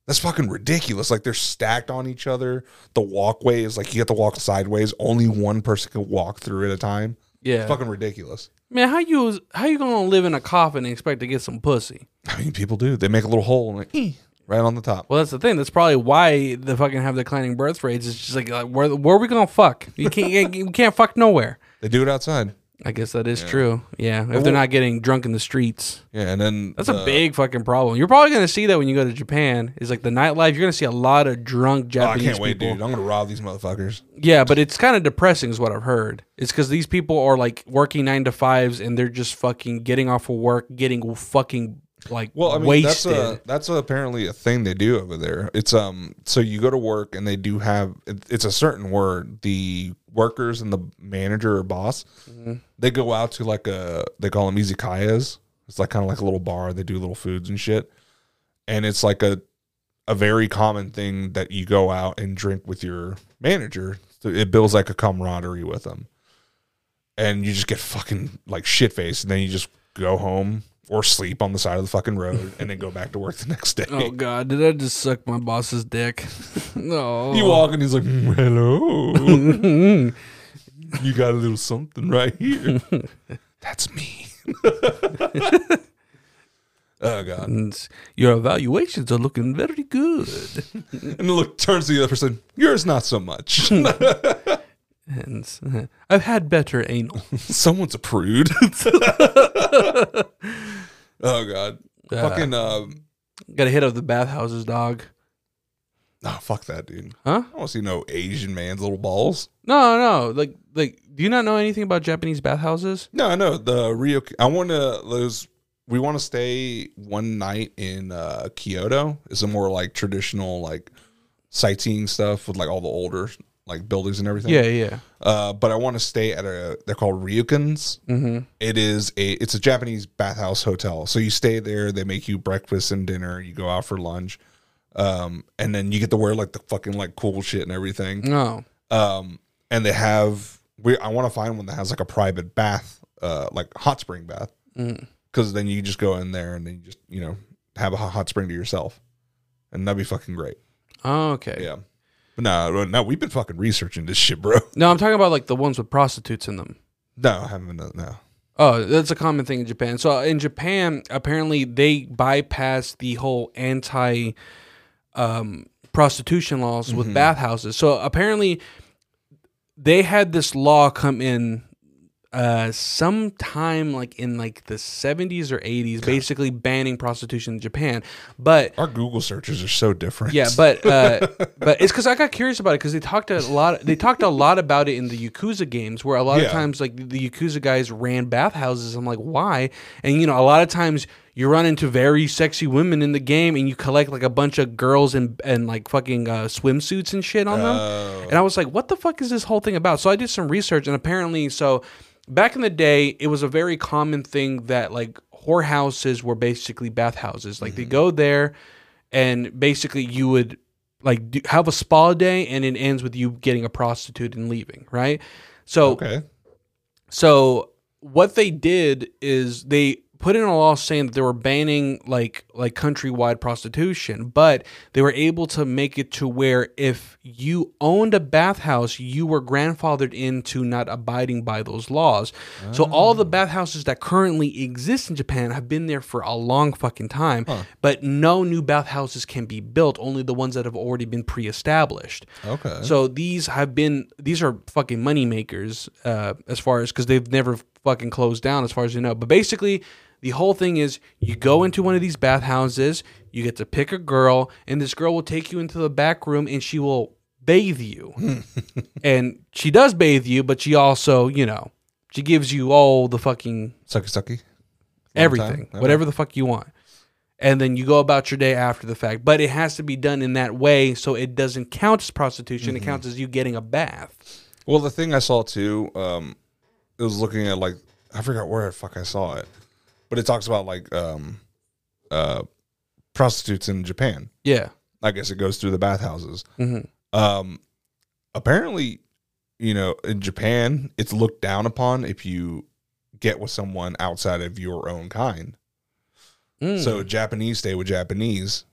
[SPEAKER 2] That's fucking ridiculous. Like they're stacked on each other. The walkway is like you have to walk sideways. Only one person can walk through at a time.
[SPEAKER 3] Yeah,
[SPEAKER 2] It's fucking ridiculous.
[SPEAKER 3] man, how you how you gonna live in a coffin and expect to get some pussy?
[SPEAKER 2] I mean, people do. They make a little hole and like "Eh," right on the top.
[SPEAKER 3] Well, that's the thing. That's probably why the fucking have declining birth rates. It's just like, like where where are we gonna fuck? You can't you can't fuck nowhere.
[SPEAKER 2] They do it outside.
[SPEAKER 3] I guess that is true. Yeah, if they're not getting drunk in the streets,
[SPEAKER 2] Yeah, and then
[SPEAKER 3] that's
[SPEAKER 2] the-
[SPEAKER 3] a big fucking problem. You're probably gonna see that when you go to Japan. Is like the nightlife. You're gonna see a lot of drunk
[SPEAKER 2] Oh, I
[SPEAKER 3] Japanese
[SPEAKER 2] can't wait,
[SPEAKER 3] people.
[SPEAKER 2] dude. I'm gonna rob these motherfuckers.
[SPEAKER 3] Yeah, but it's kind of depressing, is what I've heard. It's because these people are like working nine to fives and they're just fucking getting off of work, getting fucking like
[SPEAKER 2] Well, I mean,
[SPEAKER 3] wasted.
[SPEAKER 2] that's a that's apparently a thing they do over there. It's um, so you go to work and they do have it- it's a certain word. The workers and the manager or boss, they go out to like a they call them izakayas. It's like kind of like a little bar. They do little foods and shit, and it's like a a very common thing that you go out and drink with your manager. So it builds like a camaraderie with them and you just get fucking like shit faced, and then you just go home or sleep on the side of the fucking road, and then go back to work the next day.
[SPEAKER 3] oh god, did I just suck my boss's dick? no,
[SPEAKER 2] You walk, and he's like, "Mm, "Hello, you got a little something right here." That's me. oh god!
[SPEAKER 3] And your evaluations are looking very good.
[SPEAKER 2] And look, turns to the other person. Yours, not so much.
[SPEAKER 3] And uh, I've had better anal.
[SPEAKER 2] Someone's a prude. oh god!
[SPEAKER 3] Uh,
[SPEAKER 2] fucking um.
[SPEAKER 3] Got a hit of the bathhouses, dog.
[SPEAKER 2] Oh fuck that dude.
[SPEAKER 3] Huh?
[SPEAKER 2] I don't see no Asian man's little balls.
[SPEAKER 3] No, no. Like, like, do you not know anything about Japanese bathhouses?
[SPEAKER 2] No, I know the Rio. I want to those. We want to stay one night in uh, Kyoto. It's a more like traditional like sightseeing stuff with like all the older like buildings and everything.
[SPEAKER 3] Yeah, yeah.
[SPEAKER 2] Uh, but I want to stay at a. They're called ryukens. Mm-hmm. is a. It's a Japanese bathhouse hotel. So you stay there. They make you breakfast and dinner. You go out for lunch. Um, and then you get to wear like the fucking like cool shit and everything
[SPEAKER 3] No.
[SPEAKER 2] um, and they have we I want to find one that has like a private bath, uh, like hot spring bath, because then you just go in there and then you just you know have a hot hot spring to yourself, and that'd be fucking great.
[SPEAKER 3] Oh, okay.
[SPEAKER 2] Yeah, But no, nah, no, we've been fucking researching this shit, bro.
[SPEAKER 3] No, I'm talking about like the ones with prostitutes in them.
[SPEAKER 2] No, I haven't been. No.
[SPEAKER 3] Oh, that's a common thing in Japan. So in Japan, apparently they bypass the whole anti um, prostitution laws with bathhouses. So apparently they had this law come in uh sometime like in like the 70s or 80s basically banning prostitution in Japan. But
[SPEAKER 2] Our Google searches are so different.
[SPEAKER 3] yeah, but uh, but it's because I got curious about it because they talked a lot. They talked a lot about it in the Yakuza games, where a lot
[SPEAKER 2] Yeah.
[SPEAKER 3] of times like the Yakuza guys ran bathhouses. I'm like, why? And you know, a lot of times you run into very sexy women in the game, and you collect like a bunch of girls and and like fucking uh, swimsuits and shit on them. And I was like, what the fuck is this whole thing about? So I did some research, and apparently, so back in the day, it was a very common thing that like whorehouses were basically bathhouses. Like they go there and basically you would like do, have a spa day and it ends with you getting a prostitute and leaving right so
[SPEAKER 2] okay.
[SPEAKER 3] so what they did is they put in a law saying that they were banning like like countrywide prostitution, but they were able to make it to where if you owned a bathhouse, you were grandfathered into not abiding by those laws. So all the bathhouses that currently exist in Japan have been there for a long fucking time, but no new bathhouses can be built, only the ones that have already been pre-established.
[SPEAKER 2] Okay.
[SPEAKER 3] So these have been these are fucking money makers uh, as far as because they've never fucking closed down as far as you know. But basically, the whole thing is you go into one of these bathhouses, you get to pick a girl, and this girl will take you into the back room and she will bathe you, and she does bathe you, but she also you know she gives you all the fucking
[SPEAKER 2] Sucky sucky.
[SPEAKER 3] everything,
[SPEAKER 2] Okay.
[SPEAKER 3] whatever the fuck you want. And then you go about your day after the fact. But it has to be done in that way so it doesn't count as prostitution.
[SPEAKER 2] Mm-hmm.
[SPEAKER 3] It counts as you getting a bath.
[SPEAKER 2] Well, the thing I saw too, um, it was looking at like I forgot where the fuck I saw it, but it talks about like um, uh, prostitutes in Japan.
[SPEAKER 3] Yeah.
[SPEAKER 2] I guess it goes through the bathhouses.
[SPEAKER 3] Mhm.
[SPEAKER 2] Um, apparently, you know, in Japan, it's looked down upon if you get with someone outside of your own kind.
[SPEAKER 3] Mm.
[SPEAKER 2] So Japanese stay with Japanese,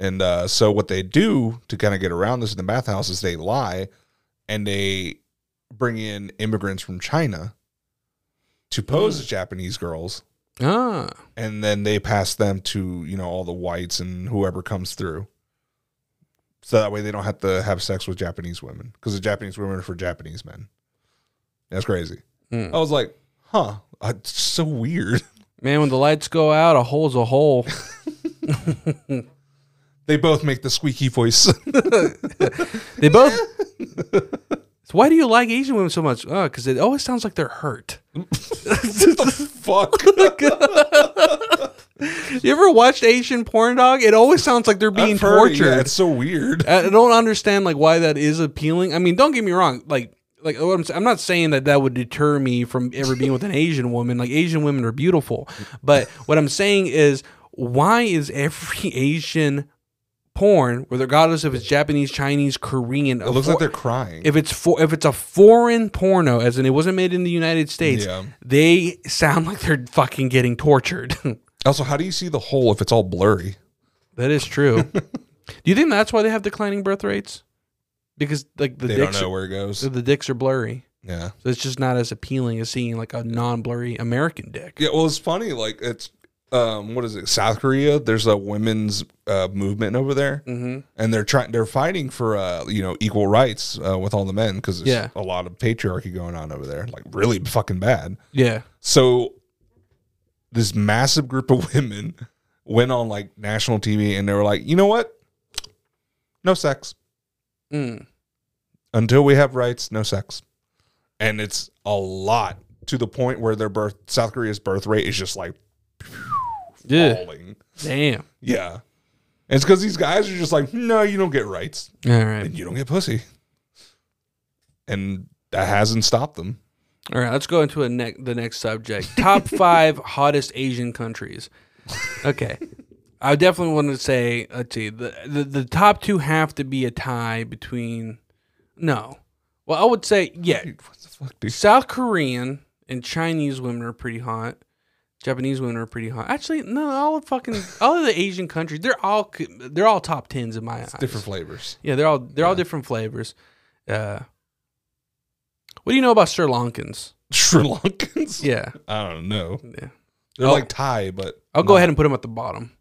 [SPEAKER 2] and uh, so what they do to kind of get around this in the bathhouse is they lie, and they bring in immigrants from China to pose as Japanese girls,
[SPEAKER 3] ah.
[SPEAKER 2] and then they pass them to you know all the whites and whoever comes through. So that way they don't have to have sex with Japanese women because the Japanese women are for Japanese men. That's crazy.
[SPEAKER 3] Hmm.
[SPEAKER 2] I was like, huh, uh, it's so weird.
[SPEAKER 3] Man, when the lights go out, a hole's a hole.
[SPEAKER 2] they both make the squeaky voice.
[SPEAKER 3] They both. Why do you like Asian women so much? Oh, because it always sounds like they're hurt.
[SPEAKER 2] Fuck.
[SPEAKER 3] You ever watched Asian porn dog? It always sounds like they're being
[SPEAKER 2] I've heard it,
[SPEAKER 3] tortured.
[SPEAKER 2] Yeah, it's so weird.
[SPEAKER 3] I I don't understand like why that is appealing. I mean, don't get me wrong. Like, like what I'm, sa- I'm not saying that that would deter me from ever being with an Asian woman. Like Asian women are beautiful, but what I'm saying is, why is every Asian porn, whether regardless if it's Japanese, Chinese, Korean,
[SPEAKER 2] It looks like they're crying.
[SPEAKER 3] if it's for if it's a foreign porno, as in it wasn't made in the United States,
[SPEAKER 2] Yeah.
[SPEAKER 3] they sound like they're fucking getting tortured.
[SPEAKER 2] also, how do you see the hole if it's all blurry?
[SPEAKER 3] That is true. Do you think that's why they have declining birth rates? Because like the
[SPEAKER 2] They
[SPEAKER 3] dicks,
[SPEAKER 2] don't know where it goes.
[SPEAKER 3] are, the dicks are blurry,
[SPEAKER 2] Yeah.
[SPEAKER 3] so it's just not as appealing as seeing like a non-blurry American dick.
[SPEAKER 2] Yeah. Well, it's funny. Like it's um, what is it? South Korea. There's a women's uh, movement over there,
[SPEAKER 3] Mm-hmm.
[SPEAKER 2] and they're trying. They're fighting for uh, you know equal rights uh, with all the men because there's
[SPEAKER 3] Yeah.
[SPEAKER 2] a lot of patriarchy going on over there. Like really fucking bad.
[SPEAKER 3] Yeah.
[SPEAKER 2] So this massive group of women went on like national TV and they were like, you know what? No sex.
[SPEAKER 3] Mm.
[SPEAKER 2] Until we have rights, no sex. And it's a lot to the point where their birth South Korea's birth rate is just like
[SPEAKER 3] Yeah.
[SPEAKER 2] falling.
[SPEAKER 3] Damn.
[SPEAKER 2] Yeah. And it's because these guys are just like, no, you don't get rights.
[SPEAKER 3] All right.
[SPEAKER 2] And you don't get pussy. And that hasn't stopped them.
[SPEAKER 3] All right. Let's go into a ne- the next subject. Top five hottest Asian countries. Okay. I definitely want to say let's see the, the the top two have to be a tie between. No. Well, I would say yeah.
[SPEAKER 2] Dude, what the fuck, dude?
[SPEAKER 3] South Korean and Chinese women are pretty hot. Japanese women are pretty hot. Actually, no, all the fucking all of the Asian countries, they're all c- they're all top tens in my eyes.
[SPEAKER 2] Different flavors.
[SPEAKER 3] Yeah, they're all they're all different flavors. Uh, what do you know about Sri Lankans?
[SPEAKER 2] Sri Lankans.
[SPEAKER 3] Yeah,
[SPEAKER 2] I don't know.
[SPEAKER 3] yeah.
[SPEAKER 2] They're
[SPEAKER 3] Oh.
[SPEAKER 2] like Thai, but
[SPEAKER 3] I'll go ahead and put them at the bottom.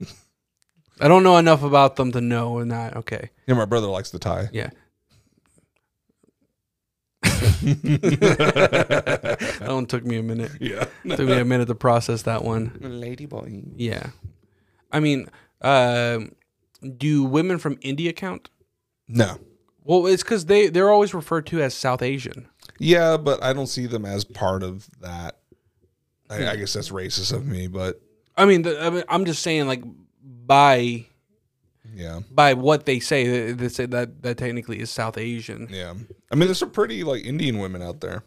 [SPEAKER 3] I don't know enough about them to know or not. Okay,
[SPEAKER 2] Yeah, my brother likes the Thai.
[SPEAKER 3] yeah. That one took me a minute.
[SPEAKER 2] yeah.
[SPEAKER 3] took me a minute to process that one.
[SPEAKER 2] Ladyboy.
[SPEAKER 3] Yeah, I mean, um do women from India count?
[SPEAKER 2] No.
[SPEAKER 3] Well, it's because they they're always referred to as South Asian.
[SPEAKER 2] Yeah, but I don't see them as part of that. I,
[SPEAKER 3] Hmm.
[SPEAKER 2] I guess that's racist of me, but
[SPEAKER 3] I mean, the, I mean, I'm just saying, like by
[SPEAKER 2] yeah,
[SPEAKER 3] by what they say, they, they say that that technically is South Asian.
[SPEAKER 2] yeah. I mean, there's some pretty like Indian women out there.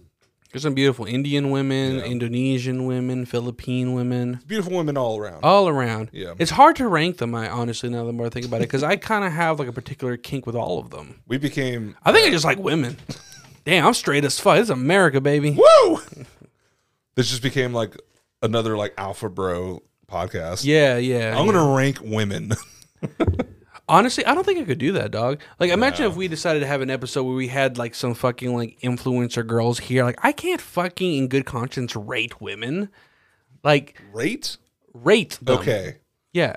[SPEAKER 3] There's some beautiful Indian women, Indonesian women, Philippine women,
[SPEAKER 2] Beautiful women all around.
[SPEAKER 3] all around.
[SPEAKER 2] Yeah.
[SPEAKER 3] it's hard to rank them. I honestly, now the more I think about it, because I kind of have like a particular kink with all of them.
[SPEAKER 2] We became
[SPEAKER 3] I think I just like women. Damn, I'm straight as fuck. This is America, baby.
[SPEAKER 2] woo. this just became like another like alpha bro podcast.
[SPEAKER 3] Yeah, yeah.
[SPEAKER 2] I'm gonna rank women.
[SPEAKER 3] Honestly, I don't think I could do that, dog. Like, imagine if we decided to have an episode where we had like some fucking like influencer girls here. Like, I can't fucking in good conscience rate women. Like,
[SPEAKER 2] Rate.
[SPEAKER 3] rate them.
[SPEAKER 2] Okay.
[SPEAKER 3] Yeah.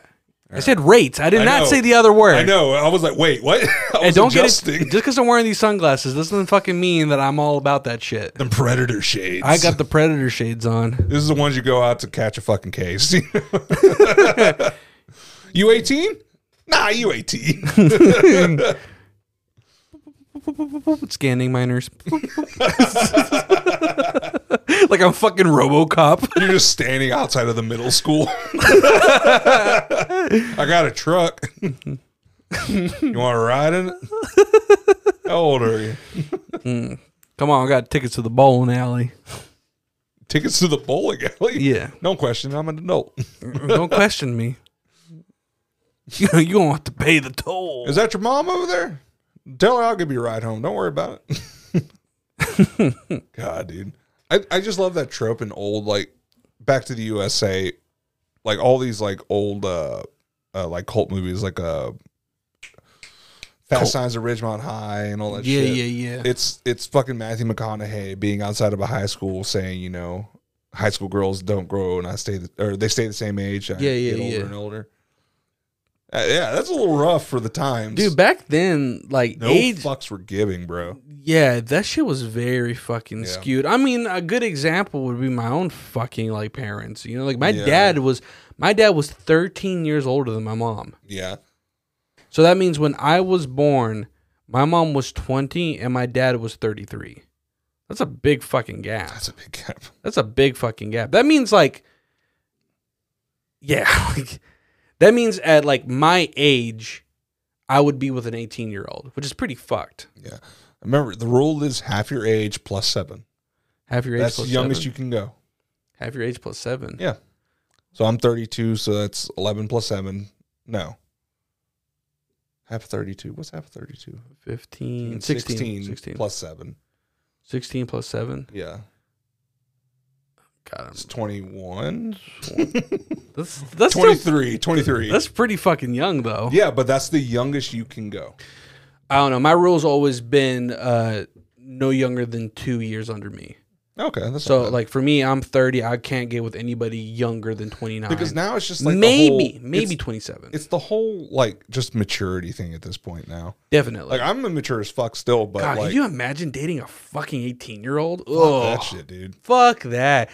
[SPEAKER 3] I said rates. I did not
[SPEAKER 2] know.
[SPEAKER 3] say the other word.
[SPEAKER 2] I know. I was like, wait, what? I
[SPEAKER 3] And
[SPEAKER 2] was
[SPEAKER 3] don't get
[SPEAKER 2] adjusting.
[SPEAKER 3] it. Just because I'm wearing these sunglasses doesn't fucking mean that I'm all about that shit.
[SPEAKER 2] the predator shades.
[SPEAKER 3] I got the predator shades on.
[SPEAKER 2] This is the ones you go out to catch a fucking case. you 18? Nah, you 18.
[SPEAKER 3] Scanning minors. like I'm fucking Robocop.
[SPEAKER 2] You're just standing outside of the middle school. I got a truck. you want to ride in it? How old are you?
[SPEAKER 3] Come on, I got tickets to the bowling alley.
[SPEAKER 2] Tickets to the bowling alley?
[SPEAKER 3] Yeah.
[SPEAKER 2] No question. I'm an adult.
[SPEAKER 3] Don't question me. You you gonna have to pay the toll.
[SPEAKER 2] Is that your mom over there? Tell her I'll give you a ride home. Don't worry about it. God, dude. I, I just love that trope in old like back to the USA, like all these like old uh, uh like cult movies like uh Fast Signs of Ridgemont High and all that
[SPEAKER 3] yeah,
[SPEAKER 2] shit.
[SPEAKER 3] yeah, yeah,
[SPEAKER 2] It's it's fucking Matthew McConaughey being outside of a high school saying, you know, high school girls don't grow and I stay the, or they stay the same age. I
[SPEAKER 3] Yeah, yeah,
[SPEAKER 2] get older
[SPEAKER 3] yeah.
[SPEAKER 2] and older. Uh, yeah, that's a little rough for the times.
[SPEAKER 3] Dude, back then, like
[SPEAKER 2] No
[SPEAKER 3] age,
[SPEAKER 2] fucks were giving, bro.
[SPEAKER 3] yeah, that shit was very fucking
[SPEAKER 2] Yeah.
[SPEAKER 3] skewed. I mean, a good example would be my own fucking like parents. You know, like my
[SPEAKER 2] Yeah.
[SPEAKER 3] dad was, my dad was 13 years older than my mom.
[SPEAKER 2] Yeah.
[SPEAKER 3] So that means when I was born, my mom was 20 and my dad was 33. That's a big fucking gap.
[SPEAKER 2] That's a big gap.
[SPEAKER 3] That's a big fucking gap. That means like yeah, like that means at like my age I would be with an 18-year-old, which is pretty fucked.
[SPEAKER 2] Yeah. Remember, the rule is half your age plus seven.
[SPEAKER 3] Half your age
[SPEAKER 2] That's the
[SPEAKER 3] plus
[SPEAKER 2] youngest
[SPEAKER 3] seven.
[SPEAKER 2] you can go.
[SPEAKER 3] Half your age plus 7.
[SPEAKER 2] Yeah. So I'm 32, so that's 11 plus seven. No. Half of 32. What's half of 32?
[SPEAKER 3] 15 16 16
[SPEAKER 2] plus seven.
[SPEAKER 3] 16 plus 7.
[SPEAKER 2] Yeah.
[SPEAKER 3] God. I'm-
[SPEAKER 2] It's 21.
[SPEAKER 3] That's that's still-
[SPEAKER 2] 23. 23.
[SPEAKER 3] that's pretty fucking young though.
[SPEAKER 2] yeah, but that's the youngest you can go.
[SPEAKER 3] I don't know. My rule's always been uh no younger than 2 years under me.
[SPEAKER 2] Okay. That's
[SPEAKER 3] So
[SPEAKER 2] not bad.
[SPEAKER 3] like for me, I'm 30. I can't get with anybody younger than 29.
[SPEAKER 2] because now it's just like the
[SPEAKER 3] maybe
[SPEAKER 2] whole-
[SPEAKER 3] maybe
[SPEAKER 2] it's,
[SPEAKER 3] 27
[SPEAKER 2] it's the whole like just maturity thing at this point now.
[SPEAKER 3] definitely
[SPEAKER 2] Like I'm immature as fuck still, but
[SPEAKER 3] god
[SPEAKER 2] like
[SPEAKER 3] can you imagine dating a fucking 18 year old
[SPEAKER 2] fuck
[SPEAKER 3] oh
[SPEAKER 2] that shit, dude.
[SPEAKER 3] fuck that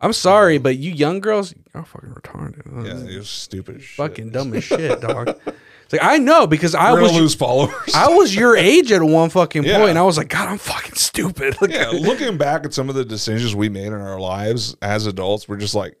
[SPEAKER 3] i'm sorry but you young girls you're fucking retarded
[SPEAKER 2] Yeah,
[SPEAKER 3] yeah,
[SPEAKER 2] you're stupid. as shit.
[SPEAKER 3] fucking dumb as shit dog it's like i know because i
[SPEAKER 2] We're
[SPEAKER 3] was
[SPEAKER 2] gonna lose followers.
[SPEAKER 3] i was your age at one fucking
[SPEAKER 2] Yeah.
[SPEAKER 3] point, and i was like god i'm fucking stupid Like,
[SPEAKER 2] yeah, looking back at some of the decisions we made in our lives as adults, we're just like,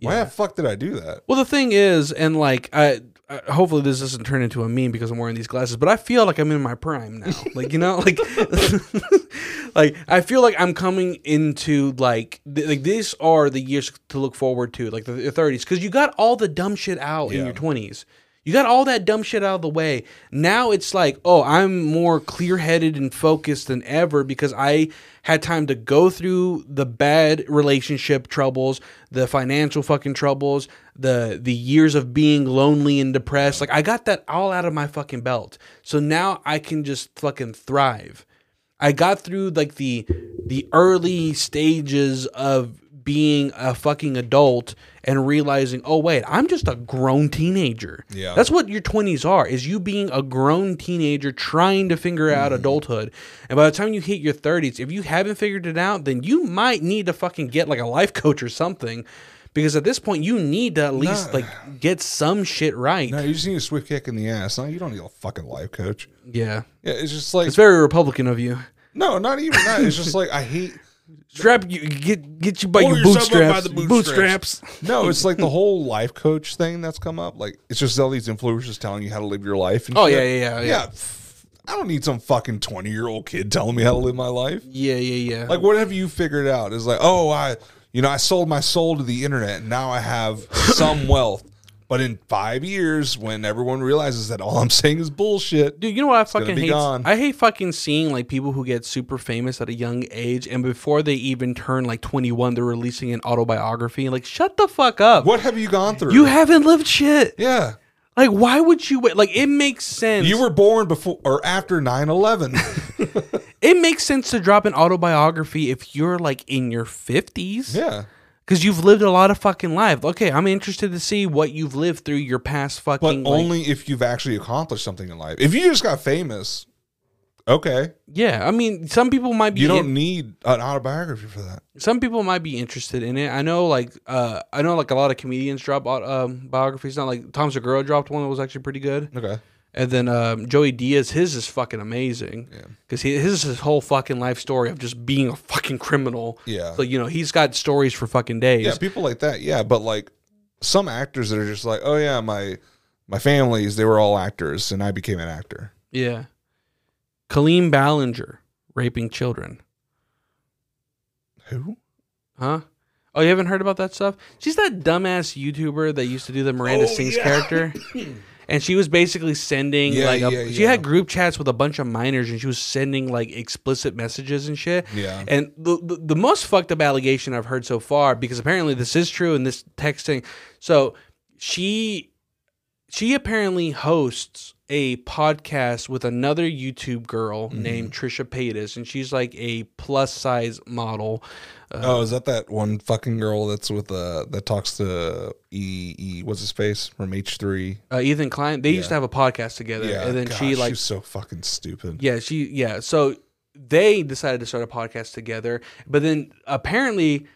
[SPEAKER 2] why
[SPEAKER 3] Yeah.
[SPEAKER 2] the fuck did I do that?
[SPEAKER 3] Well, the thing is, and like, I, I hopefully this doesn't turn into a meme because I'm wearing these glasses, but I feel like I'm in my prime now. like, you know, like, like I feel like I'm coming into like, th- like these are the years to look forward to, like the, the 30s, because you got all the dumb shit out in
[SPEAKER 2] Yeah.
[SPEAKER 3] your 20s. You got all that dumb shit out of the way. Now it's like, oh, I'm more clear headed and focused than ever because I had time to go through the bad relationship troubles, the financial fucking troubles, the the years of being lonely and depressed. Like I got that all out of my fucking belt. So now I can just fucking thrive. I got through like the the early stages of being a fucking adult and realizing, oh wait, I'm just a grown teenager.
[SPEAKER 2] Yeah.
[SPEAKER 3] That's what your 20s are is you being a grown teenager trying to figure out
[SPEAKER 2] Mm-hmm.
[SPEAKER 3] adulthood. And by the time you hit your 30s, if you haven't figured it out, then you might need to fucking get like a life coach or something because at this point you need to at least
[SPEAKER 2] No.
[SPEAKER 3] like get some shit right.
[SPEAKER 2] No, you just need a swift kick in the ass. No, you don't need a fucking life coach.
[SPEAKER 3] Yeah.
[SPEAKER 2] Yeah, it's just like
[SPEAKER 3] It's very republican of you.
[SPEAKER 2] no, not even that. It's just like I hate.
[SPEAKER 3] Strap you get get you by
[SPEAKER 2] Pull
[SPEAKER 3] your
[SPEAKER 2] yourself up
[SPEAKER 3] bootstraps.
[SPEAKER 2] by the
[SPEAKER 3] bootstraps.
[SPEAKER 2] bootstraps. No, it's like the whole life coach thing that's come up. Like it's just all these influencers telling you how to live your life. And
[SPEAKER 3] Oh,
[SPEAKER 2] shit.
[SPEAKER 3] yeah, yeah, yeah, yeah.
[SPEAKER 2] pff, I don't need some fucking twenty year old kid telling me how to live my life.
[SPEAKER 3] Yeah, yeah, yeah.
[SPEAKER 2] Like whatever you figured out is like, oh, I, you know, I sold my soul to the internet and now I have some wealth. But in five years, when everyone realizes that all I'm saying is bullshit,
[SPEAKER 3] Dude, you know what I
[SPEAKER 2] gonna
[SPEAKER 3] fucking
[SPEAKER 2] be
[SPEAKER 3] hate?
[SPEAKER 2] gone.
[SPEAKER 3] I hate fucking seeing like people who get super famous at a young age and before they even turn like 21 they're releasing an autobiography. Like shut the fuck up.
[SPEAKER 2] what have you gone through?
[SPEAKER 3] You haven't lived shit.
[SPEAKER 2] yeah.
[SPEAKER 3] Like why would you wait? Like it makes sense.
[SPEAKER 2] You were born before or after 9 11.
[SPEAKER 3] it makes sense to drop an autobiography if you're like in your 50s.
[SPEAKER 2] yeah.
[SPEAKER 3] Cuz you've lived a lot of fucking life. Okay, I'm interested to see what you've lived through your past
[SPEAKER 2] But
[SPEAKER 3] fucking like-
[SPEAKER 2] only if you've actually accomplished something in life. If you just got famous, okay.
[SPEAKER 3] Yeah, I mean some people might be
[SPEAKER 2] You
[SPEAKER 3] in-
[SPEAKER 2] don't need an autobiography for that.
[SPEAKER 3] some people might be interested in it. I know, like, uh, I know, like, a lot of comedians drop au- um, biographies. Not like Tom Segura dropped one that was actually pretty good,
[SPEAKER 2] Okay.
[SPEAKER 3] and then um, Joey Diaz, his is fucking amazing. because his is his whole fucking life story of just being a fucking criminal.
[SPEAKER 2] Yeah.
[SPEAKER 3] so you know he's got stories for fucking days.
[SPEAKER 2] Yeah, people like that. Yeah, but like some actors that are just like, oh yeah, my my families they were all actors, and I became an actor.
[SPEAKER 3] yeah. Kaleem Ballinger raping children.
[SPEAKER 2] Who?
[SPEAKER 3] Huh? Oh, you haven't heard about that stuff? She's that dumbass YouTuber that used to do the
[SPEAKER 2] Oh,
[SPEAKER 3] Miranda Sings character. And she was basically sending
[SPEAKER 2] Yeah,
[SPEAKER 3] like a,
[SPEAKER 2] yeah,
[SPEAKER 3] she
[SPEAKER 2] yeah.
[SPEAKER 3] had group chats with a bunch of minors, and she was sending like explicit messages and shit.
[SPEAKER 2] Yeah.
[SPEAKER 3] And the, the the most fucked up allegation I've heard so far, because apparently this is true and this texting. So she she apparently hosts a podcast with another YouTube girl
[SPEAKER 2] Mm-hmm.
[SPEAKER 3] named Trisha Paytas, and she's like a plus size model. Uh,
[SPEAKER 2] oh, is that that one fucking girl that's with uh that talks to E E what's his face from H three?
[SPEAKER 3] uh, Ethan Klein. They used to have a podcast together,
[SPEAKER 2] Yeah,
[SPEAKER 3] and then
[SPEAKER 2] God,
[SPEAKER 3] she like,
[SPEAKER 2] she's so fucking stupid.
[SPEAKER 3] yeah, she, yeah. So they decided to start a podcast together, but then apparently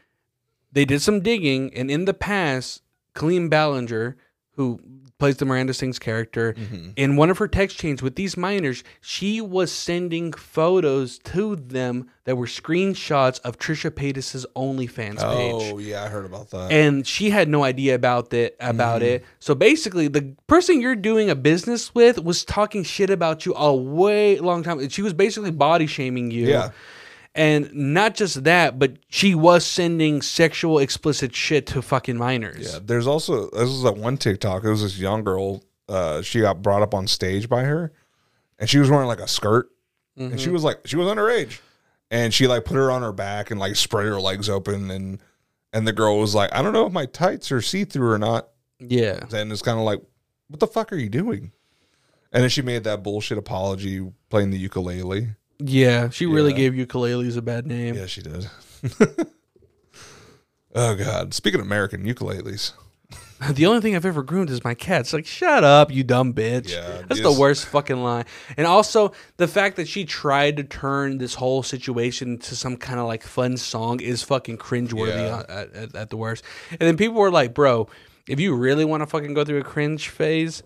[SPEAKER 3] they did some digging, and in the past, Colleen Ballinger, who plays the Miranda Sings character, in one of her text chains with these minors, she was sending photos to them that were screenshots of Trisha Paytas's OnlyFans page
[SPEAKER 2] Oh yeah, I heard about that.
[SPEAKER 3] and she had no idea about that about it.
[SPEAKER 2] Mm.
[SPEAKER 3] So basically, the person you're doing a business with was talking shit about you a way long time. She was basically body shaming you.
[SPEAKER 2] Yeah.
[SPEAKER 3] And not just that, but she was sending sexual explicit shit to fucking minors.
[SPEAKER 2] Yeah, there's also this was like one TikTok. It was this young girl. Uh, she got brought up on stage by her, and she was wearing like a skirt, and she was like she was underage, and she like put her on her back and like spread her legs open, and and the girl was like, I don't know if my tights are see through or not,
[SPEAKER 3] Yeah.
[SPEAKER 2] and it's kind of like, what the fuck are you doing? And then she made that bullshit apology playing the ukulele.
[SPEAKER 3] Yeah. She really
[SPEAKER 2] Yeah.
[SPEAKER 3] gave ukuleles a bad name.
[SPEAKER 2] Yeah, she did. oh god! Speaking of American ukuleles,
[SPEAKER 3] The only thing I've ever groomed is my cat. It's like, shut up, you dumb bitch.
[SPEAKER 2] Yeah,
[SPEAKER 3] That's
[SPEAKER 2] yes.
[SPEAKER 3] the worst fucking line. And also, the fact that she tried to turn this whole situation to some kind of like fun song is fucking cringeworthy
[SPEAKER 2] Yeah.
[SPEAKER 3] at, at, at the worst. And then people were like, bro, if you really want to fucking go through a cringe phase,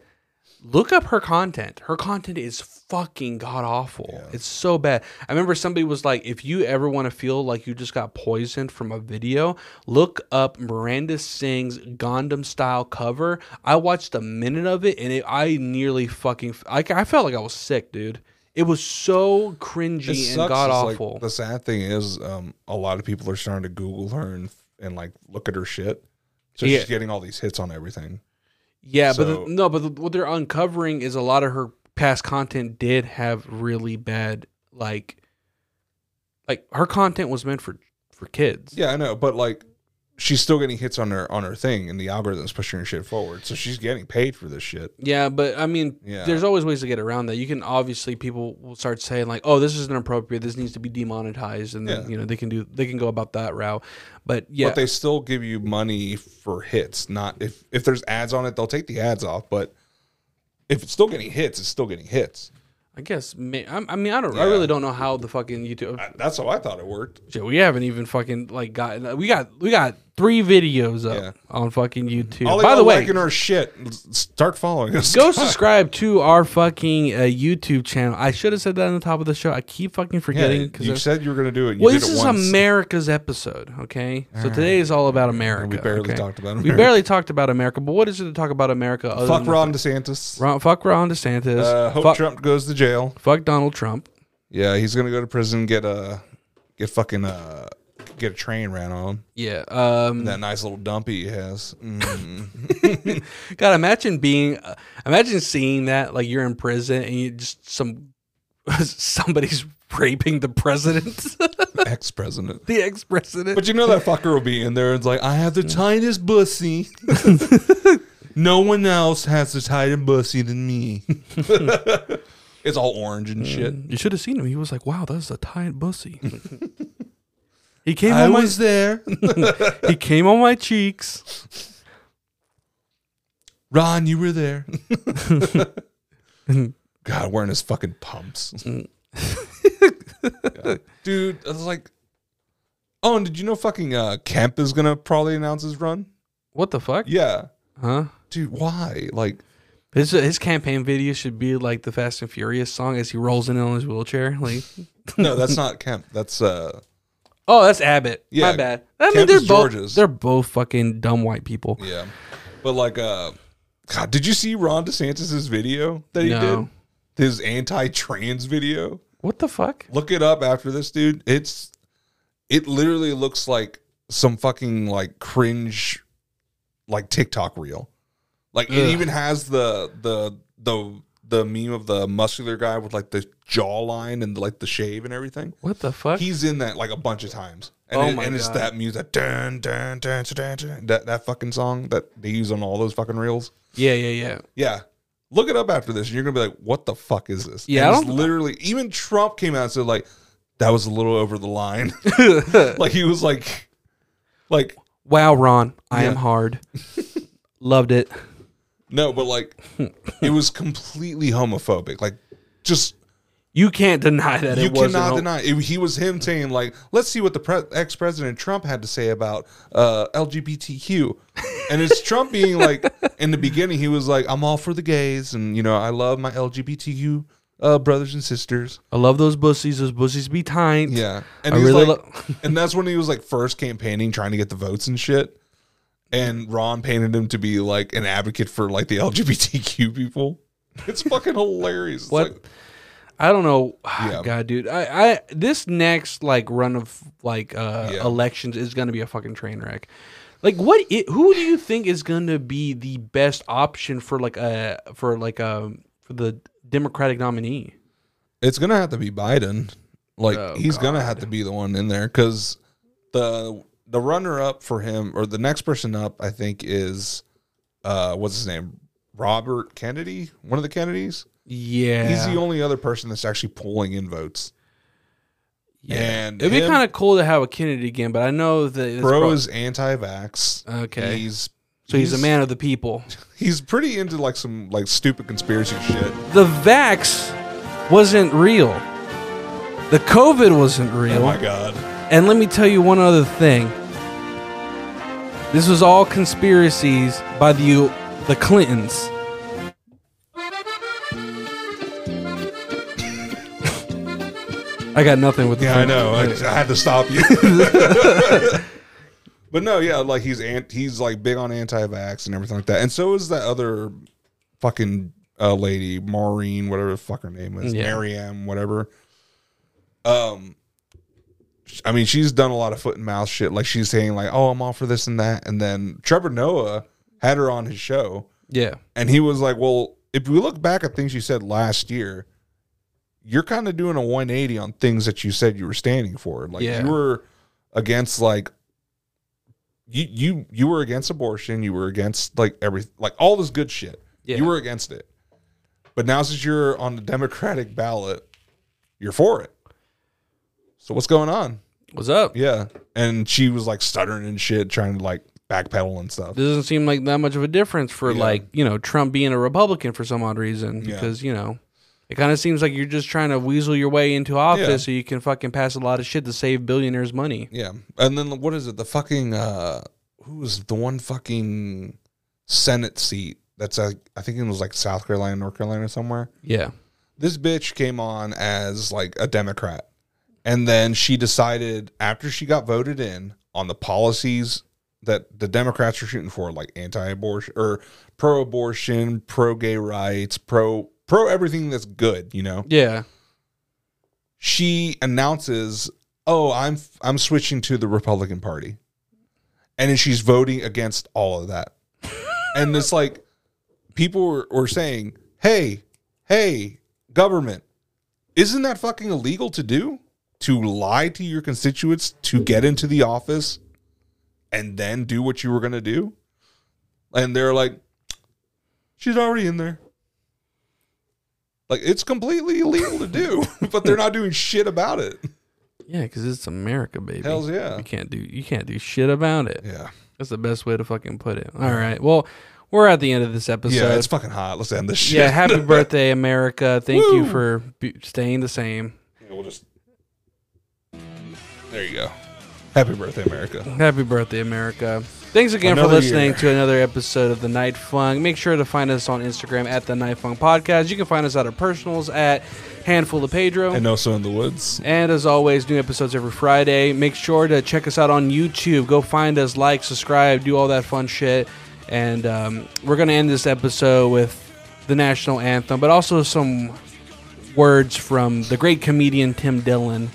[SPEAKER 3] look up her content. Her content is fucking god awful. It's so bad. I remember somebody was like, if you ever want to feel like you just got poisoned from a video, look up Miranda Sings Gundam style cover. I watched a minute of it and it, I nearly fucking, I, I felt like I was sick, dude. It was so
[SPEAKER 2] It
[SPEAKER 3] cringy and
[SPEAKER 2] sucks.
[SPEAKER 3] god
[SPEAKER 2] It's like,
[SPEAKER 3] awful.
[SPEAKER 2] the sad thing is, um, a lot of people are starting to Google her and and like look at her shit. So
[SPEAKER 3] Yeah.
[SPEAKER 2] she's getting all these hits on everything.
[SPEAKER 3] Yeah, but
[SPEAKER 2] So-
[SPEAKER 3] the, no, but the, what they're uncovering is a lot of her past content did have really bad like like her content was meant for for kids.
[SPEAKER 2] Yeah, I know, but like she's still getting hits on her on her thing, and the algorithm's pushing her shit forward. So she's getting paid for this shit.
[SPEAKER 3] Yeah, but I mean,
[SPEAKER 2] Yeah.
[SPEAKER 3] there's always ways to get around that. You can obviously people will start saying like, "Oh, this is inappropriate. This needs to be demonetized," and then,
[SPEAKER 2] Yeah.
[SPEAKER 3] you know they can do they can go about that route. But yeah,
[SPEAKER 2] But they still give you money for hits. Not if if there's ads on it, they'll take the ads off. But if it's still getting hits, it's still getting hits.
[SPEAKER 3] I guess may, I, I mean I don't I
[SPEAKER 2] Yeah.
[SPEAKER 3] really don't know how the fucking YouTube.
[SPEAKER 2] I- That's how I thought it worked.
[SPEAKER 3] Shit, we haven't even fucking like gotten we got we got three videos up
[SPEAKER 2] Yeah.
[SPEAKER 3] on fucking YouTube.
[SPEAKER 2] All
[SPEAKER 3] By the way,
[SPEAKER 2] liking our shit. S- Start following us.
[SPEAKER 3] go subscribe to our fucking uh, YouTube channel. I should have said that on the top of the show. I keep fucking
[SPEAKER 2] Yeah,
[SPEAKER 3] forgetting because
[SPEAKER 2] you said you were gonna do it. You
[SPEAKER 3] well,
[SPEAKER 2] did
[SPEAKER 3] this
[SPEAKER 2] it
[SPEAKER 3] is
[SPEAKER 2] once.
[SPEAKER 3] America's episode, okay? so today is all about America.
[SPEAKER 2] We barely
[SPEAKER 3] okay?
[SPEAKER 2] talked about
[SPEAKER 3] We
[SPEAKER 2] America.
[SPEAKER 3] barely talked about America, but what is it to talk about America? Other
[SPEAKER 2] Fuck
[SPEAKER 3] than
[SPEAKER 2] Ron DeSantis.
[SPEAKER 3] Ron, fuck Ron DeSantis.
[SPEAKER 2] Uh, hope
[SPEAKER 3] fuck,
[SPEAKER 2] Trump goes to jail.
[SPEAKER 3] fuck Donald Trump.
[SPEAKER 2] Yeah, he's gonna go to prison. Get a get fucking uh get a train ran on him.
[SPEAKER 3] Yeah. Um,
[SPEAKER 2] That nice little dumpy he has. Mm.
[SPEAKER 3] God, imagine being, uh, imagine seeing that like you're in prison and you just some somebody's raping the president,
[SPEAKER 2] Ex president.
[SPEAKER 3] the ex president.
[SPEAKER 2] But you know that fucker will be in there. It's like I have the
[SPEAKER 3] Mm.
[SPEAKER 2] tightest bussy. no one else has the tighter bussy than me. it's all orange and shit.
[SPEAKER 3] You should have seen him. He was like, "Wow, that's a tight bussy." he came
[SPEAKER 2] I
[SPEAKER 3] on my
[SPEAKER 2] was there.
[SPEAKER 3] he came on my cheeks.
[SPEAKER 2] Ron, you were there. God, wearing his fucking pumps. Yeah. Dude, I was like, oh, and did you know fucking uh, Kemp is going to probably announce his run?
[SPEAKER 3] What the fuck?
[SPEAKER 2] Yeah.
[SPEAKER 3] Huh?
[SPEAKER 2] Dude, why? Like,
[SPEAKER 3] His his campaign video should be like the Fast and Furious song as he rolls in on his wheelchair. Like,
[SPEAKER 2] no, that's not Kemp. That's, uh,
[SPEAKER 3] oh, that's Abbott.
[SPEAKER 2] Yeah,
[SPEAKER 3] my bad. I mean,
[SPEAKER 2] Kemp
[SPEAKER 3] they're
[SPEAKER 2] is
[SPEAKER 3] both
[SPEAKER 2] George's.
[SPEAKER 3] they're both fucking dumb white people.
[SPEAKER 2] yeah. But like, uh, God, did you see Ron DeSantis' video that he did?
[SPEAKER 3] No.
[SPEAKER 2] His anti trans video?
[SPEAKER 3] What the fuck?
[SPEAKER 2] look it up after this dude it's it literally looks like some fucking like cringe like tiktok reel like
[SPEAKER 3] Ugh.
[SPEAKER 2] it even has the the the the meme of the muscular guy with like the jawline and like the shave and everything
[SPEAKER 3] What the fuck?
[SPEAKER 2] he's in that like a bunch of times and,
[SPEAKER 3] Oh
[SPEAKER 2] it-
[SPEAKER 3] my
[SPEAKER 2] and it's
[SPEAKER 3] God.
[SPEAKER 2] that music dun, dun, dun, dun, dun, that that fucking song that they use on all those fucking reels
[SPEAKER 3] yeah, yeah, yeah.
[SPEAKER 2] yeah. Look it up after this, and you're gonna be like, "What the fuck is this?"
[SPEAKER 3] Yeah,
[SPEAKER 2] and
[SPEAKER 3] I
[SPEAKER 2] it's
[SPEAKER 3] don't-
[SPEAKER 2] literally. Even Trump came out and said, "Like that was a little over the line."
[SPEAKER 3] Uh,
[SPEAKER 2] like he was like, like
[SPEAKER 3] Wow, Ron, I am
[SPEAKER 2] Yeah.
[SPEAKER 3] hard. Loved it.
[SPEAKER 2] no, but like it was completely homophobic. Like just
[SPEAKER 3] You can't deny that
[SPEAKER 2] you
[SPEAKER 3] it wasn't.
[SPEAKER 2] cannot
[SPEAKER 3] all-
[SPEAKER 2] deny. It, he was him saying like, "Let's see what the pre- ex president Trump had to say about uh, LGBTQ," and it's Trump being like, in the beginning, he was like, "I'm all for the gays, and you know, I love my LGBTQ uh, brothers and sisters."
[SPEAKER 3] I love those bussies. Those bussies be tight.
[SPEAKER 2] Yeah, and
[SPEAKER 3] I
[SPEAKER 2] he's
[SPEAKER 3] really
[SPEAKER 2] like,
[SPEAKER 3] lo-
[SPEAKER 2] and that's when he was like first campaigning, trying to get the votes and shit. And Ron painted him to be like an advocate for like the LGBTQ people. It's fucking hilarious. It's
[SPEAKER 3] What?
[SPEAKER 2] like-
[SPEAKER 3] I don't know. Ah,
[SPEAKER 2] Yeah.
[SPEAKER 3] God, dude, I, I this next like run of like uh
[SPEAKER 2] Yeah.
[SPEAKER 3] elections is gonna be a fucking train wreck. Like, what? i who do you think is gonna be the best option for like a for like um for the Democratic nominee?
[SPEAKER 2] it's gonna have to be Biden. Like
[SPEAKER 3] Oh,
[SPEAKER 2] he's gonna have to be the one in there because the the runner up for him or the next person up, I think, is uh what's his name? Robert Kennedy, one of the Kennedys.
[SPEAKER 3] Yeah,
[SPEAKER 2] He's the only other person that's actually pulling in votes.
[SPEAKER 3] yeah.
[SPEAKER 2] and
[SPEAKER 3] It'd be
[SPEAKER 2] him-
[SPEAKER 3] kind of cool to have a Kennedy again, but I know that it's
[SPEAKER 2] Bro
[SPEAKER 3] prob-
[SPEAKER 2] is anti-vax.
[SPEAKER 3] Okay.
[SPEAKER 2] he's
[SPEAKER 3] so he's, a man of the people.
[SPEAKER 2] He's pretty into like some like stupid conspiracy shit.
[SPEAKER 3] The vax wasn't real. The COVID wasn't real.
[SPEAKER 2] Oh my god.
[SPEAKER 3] And let me tell you one other thing. This was all conspiracies by the the Clintons. I got nothing with the
[SPEAKER 2] Yeah, I know. I,
[SPEAKER 3] Clintons.
[SPEAKER 2] I had to stop you. but no, yeah, like he's ant, he's like big on anti-vax and everything like that. And so is that other fucking uh, lady, Maureen, whatever the fuck her name is,
[SPEAKER 3] Yeah.
[SPEAKER 2] Mariam, whatever. Um, sh- I mean, she's done a lot of foot and mouth shit. Like she's saying, like, "Oh, I'm all for this and that," and then Trevor Noah had her on his show,
[SPEAKER 3] Yeah.
[SPEAKER 2] And he was like, Well, if we look back at things you said last year, you're kind of doing a 180 on things that you said you were standing for. Like
[SPEAKER 3] Yeah.
[SPEAKER 2] you were against like you you you were against abortion, you were against like every like all this good shit.
[SPEAKER 3] Yeah.
[SPEAKER 2] You were against it. But now since you're on the Democratic ballot, you're for it. So what's going on?
[SPEAKER 3] What's up?
[SPEAKER 2] Yeah. And she was like stuttering and shit, trying to like backpedal and stuff.
[SPEAKER 3] Doesn't seem like that much of a difference for
[SPEAKER 2] Yeah.
[SPEAKER 3] like you know Trump being a Republican for some odd reason because you know it kind of seems like you're just trying to weasel your way into office
[SPEAKER 2] Yeah.
[SPEAKER 3] so you can fucking pass a lot of shit to save billionaires money.
[SPEAKER 2] Yeah. And then what is it? The fucking uh who was the one fucking Senate seat that's uh, I think it was like South Carolina, North Carolina somewhere.
[SPEAKER 3] Yeah.
[SPEAKER 2] This bitch came on as like a Democrat. And then she decided after she got voted in on the policies that the Democrats are shooting for, like anti-abortion or pro-abortion, pro-gay rights, pro pro everything that's good, you know
[SPEAKER 3] Yeah.
[SPEAKER 2] she announces, "Oh, I'm I'm switching to the Republican Party," and then she's voting against all of that. and it's like people were, were saying, "Hey, hey, government, isn't that fucking illegal to do? To lie to your constituents to get into the office, and then do what you were gonna do?" And they're like, "She's already in there." Like it's completely illegal to do, but they're not doing shit about it.
[SPEAKER 3] Yeah, because it's America, baby.
[SPEAKER 2] Hells yeah.
[SPEAKER 3] You can't do you can't do shit about it.
[SPEAKER 2] Yeah.
[SPEAKER 3] That's the best way to fucking put it. All right. Well, we're at the end of this episode.
[SPEAKER 2] Yeah, it's fucking hot. Let's end this shit.
[SPEAKER 3] Yeah, happy birthday, America. Thank you for be- staying the same.
[SPEAKER 2] we'll just There you go. Happy birthday, America.
[SPEAKER 3] Happy birthday, America. Thanks again for
[SPEAKER 2] Another
[SPEAKER 3] listening
[SPEAKER 2] year.
[SPEAKER 3] to another episode of The Night Funk. Make sure to find us on Instagram at The Night Funk Podcast. You can find us at our personals at Handful of Pedro.
[SPEAKER 2] And also in the woods.
[SPEAKER 3] And as always, new episodes every Friday. Make sure to check us out on YouTube. Go find us, like, subscribe, do all that fun shit. And um, we're going to end this episode with the national anthem, but also some words from the great comedian Tim Dillon.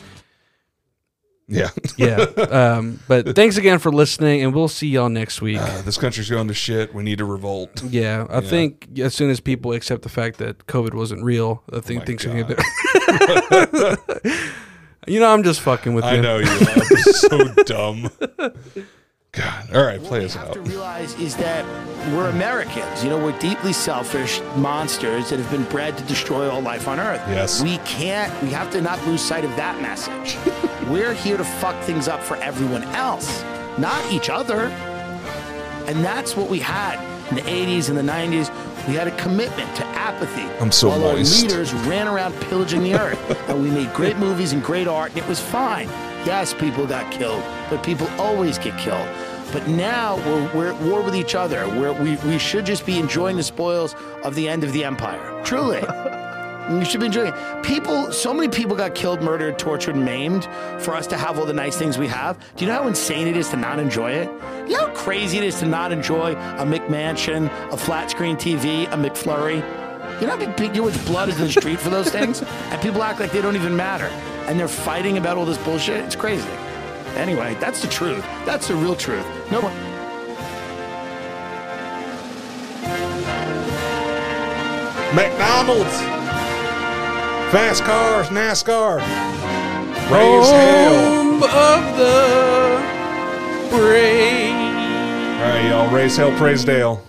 [SPEAKER 2] Yeah.
[SPEAKER 3] Yeah. um, but thanks again for listening, and we'll see y'all next week.
[SPEAKER 2] Uh, this country's going to shit. We need to revolt.
[SPEAKER 3] Yeah, I think as soon as people accept the fact that COVID wasn't real, I
[SPEAKER 2] Oh
[SPEAKER 3] think
[SPEAKER 2] my
[SPEAKER 3] things are gonna get better. you know, I'm just fucking with you.
[SPEAKER 2] I know you are so dumb. God. All right, play us
[SPEAKER 4] What we have
[SPEAKER 2] out.
[SPEAKER 4] to realize is that we're Americans. You know, we're deeply selfish monsters that have been bred to destroy all life on Earth.
[SPEAKER 2] Yes.
[SPEAKER 4] We can't, we have to not lose sight of that message. we're here to fuck things up for everyone else, not each other. And that's what we had in the 80s and the 90s. We had a commitment to apathy.
[SPEAKER 2] I'm so
[SPEAKER 4] while
[SPEAKER 2] moist.
[SPEAKER 4] Our leaders ran around pillaging the earth, and we made great movies and great art, and it was fine. Yes, people got killed, but people always get killed. But now we're, we're at war with each other. We're, we, we should just be enjoying the spoils of the end of the empire. Truly. You should be enjoying it. People, so many people got killed, murdered, tortured, maimed for us to have all the nice things we have. Do you know how insane it is to not enjoy it? Do you know how crazy it is to not enjoy a McMansion, a flat screen TV, a McFlurry? You know how big- big much blood is in the street for those things? And people act like they don't even matter. And they're fighting about all this bullshit. It's crazy. Anyway, that's the truth. That's the real truth. No one.
[SPEAKER 2] McDonald's. Fast cars, NASCAR. Raise hell.
[SPEAKER 3] Home of the brave.
[SPEAKER 2] All right, y'all. Raise hell, praise Dale.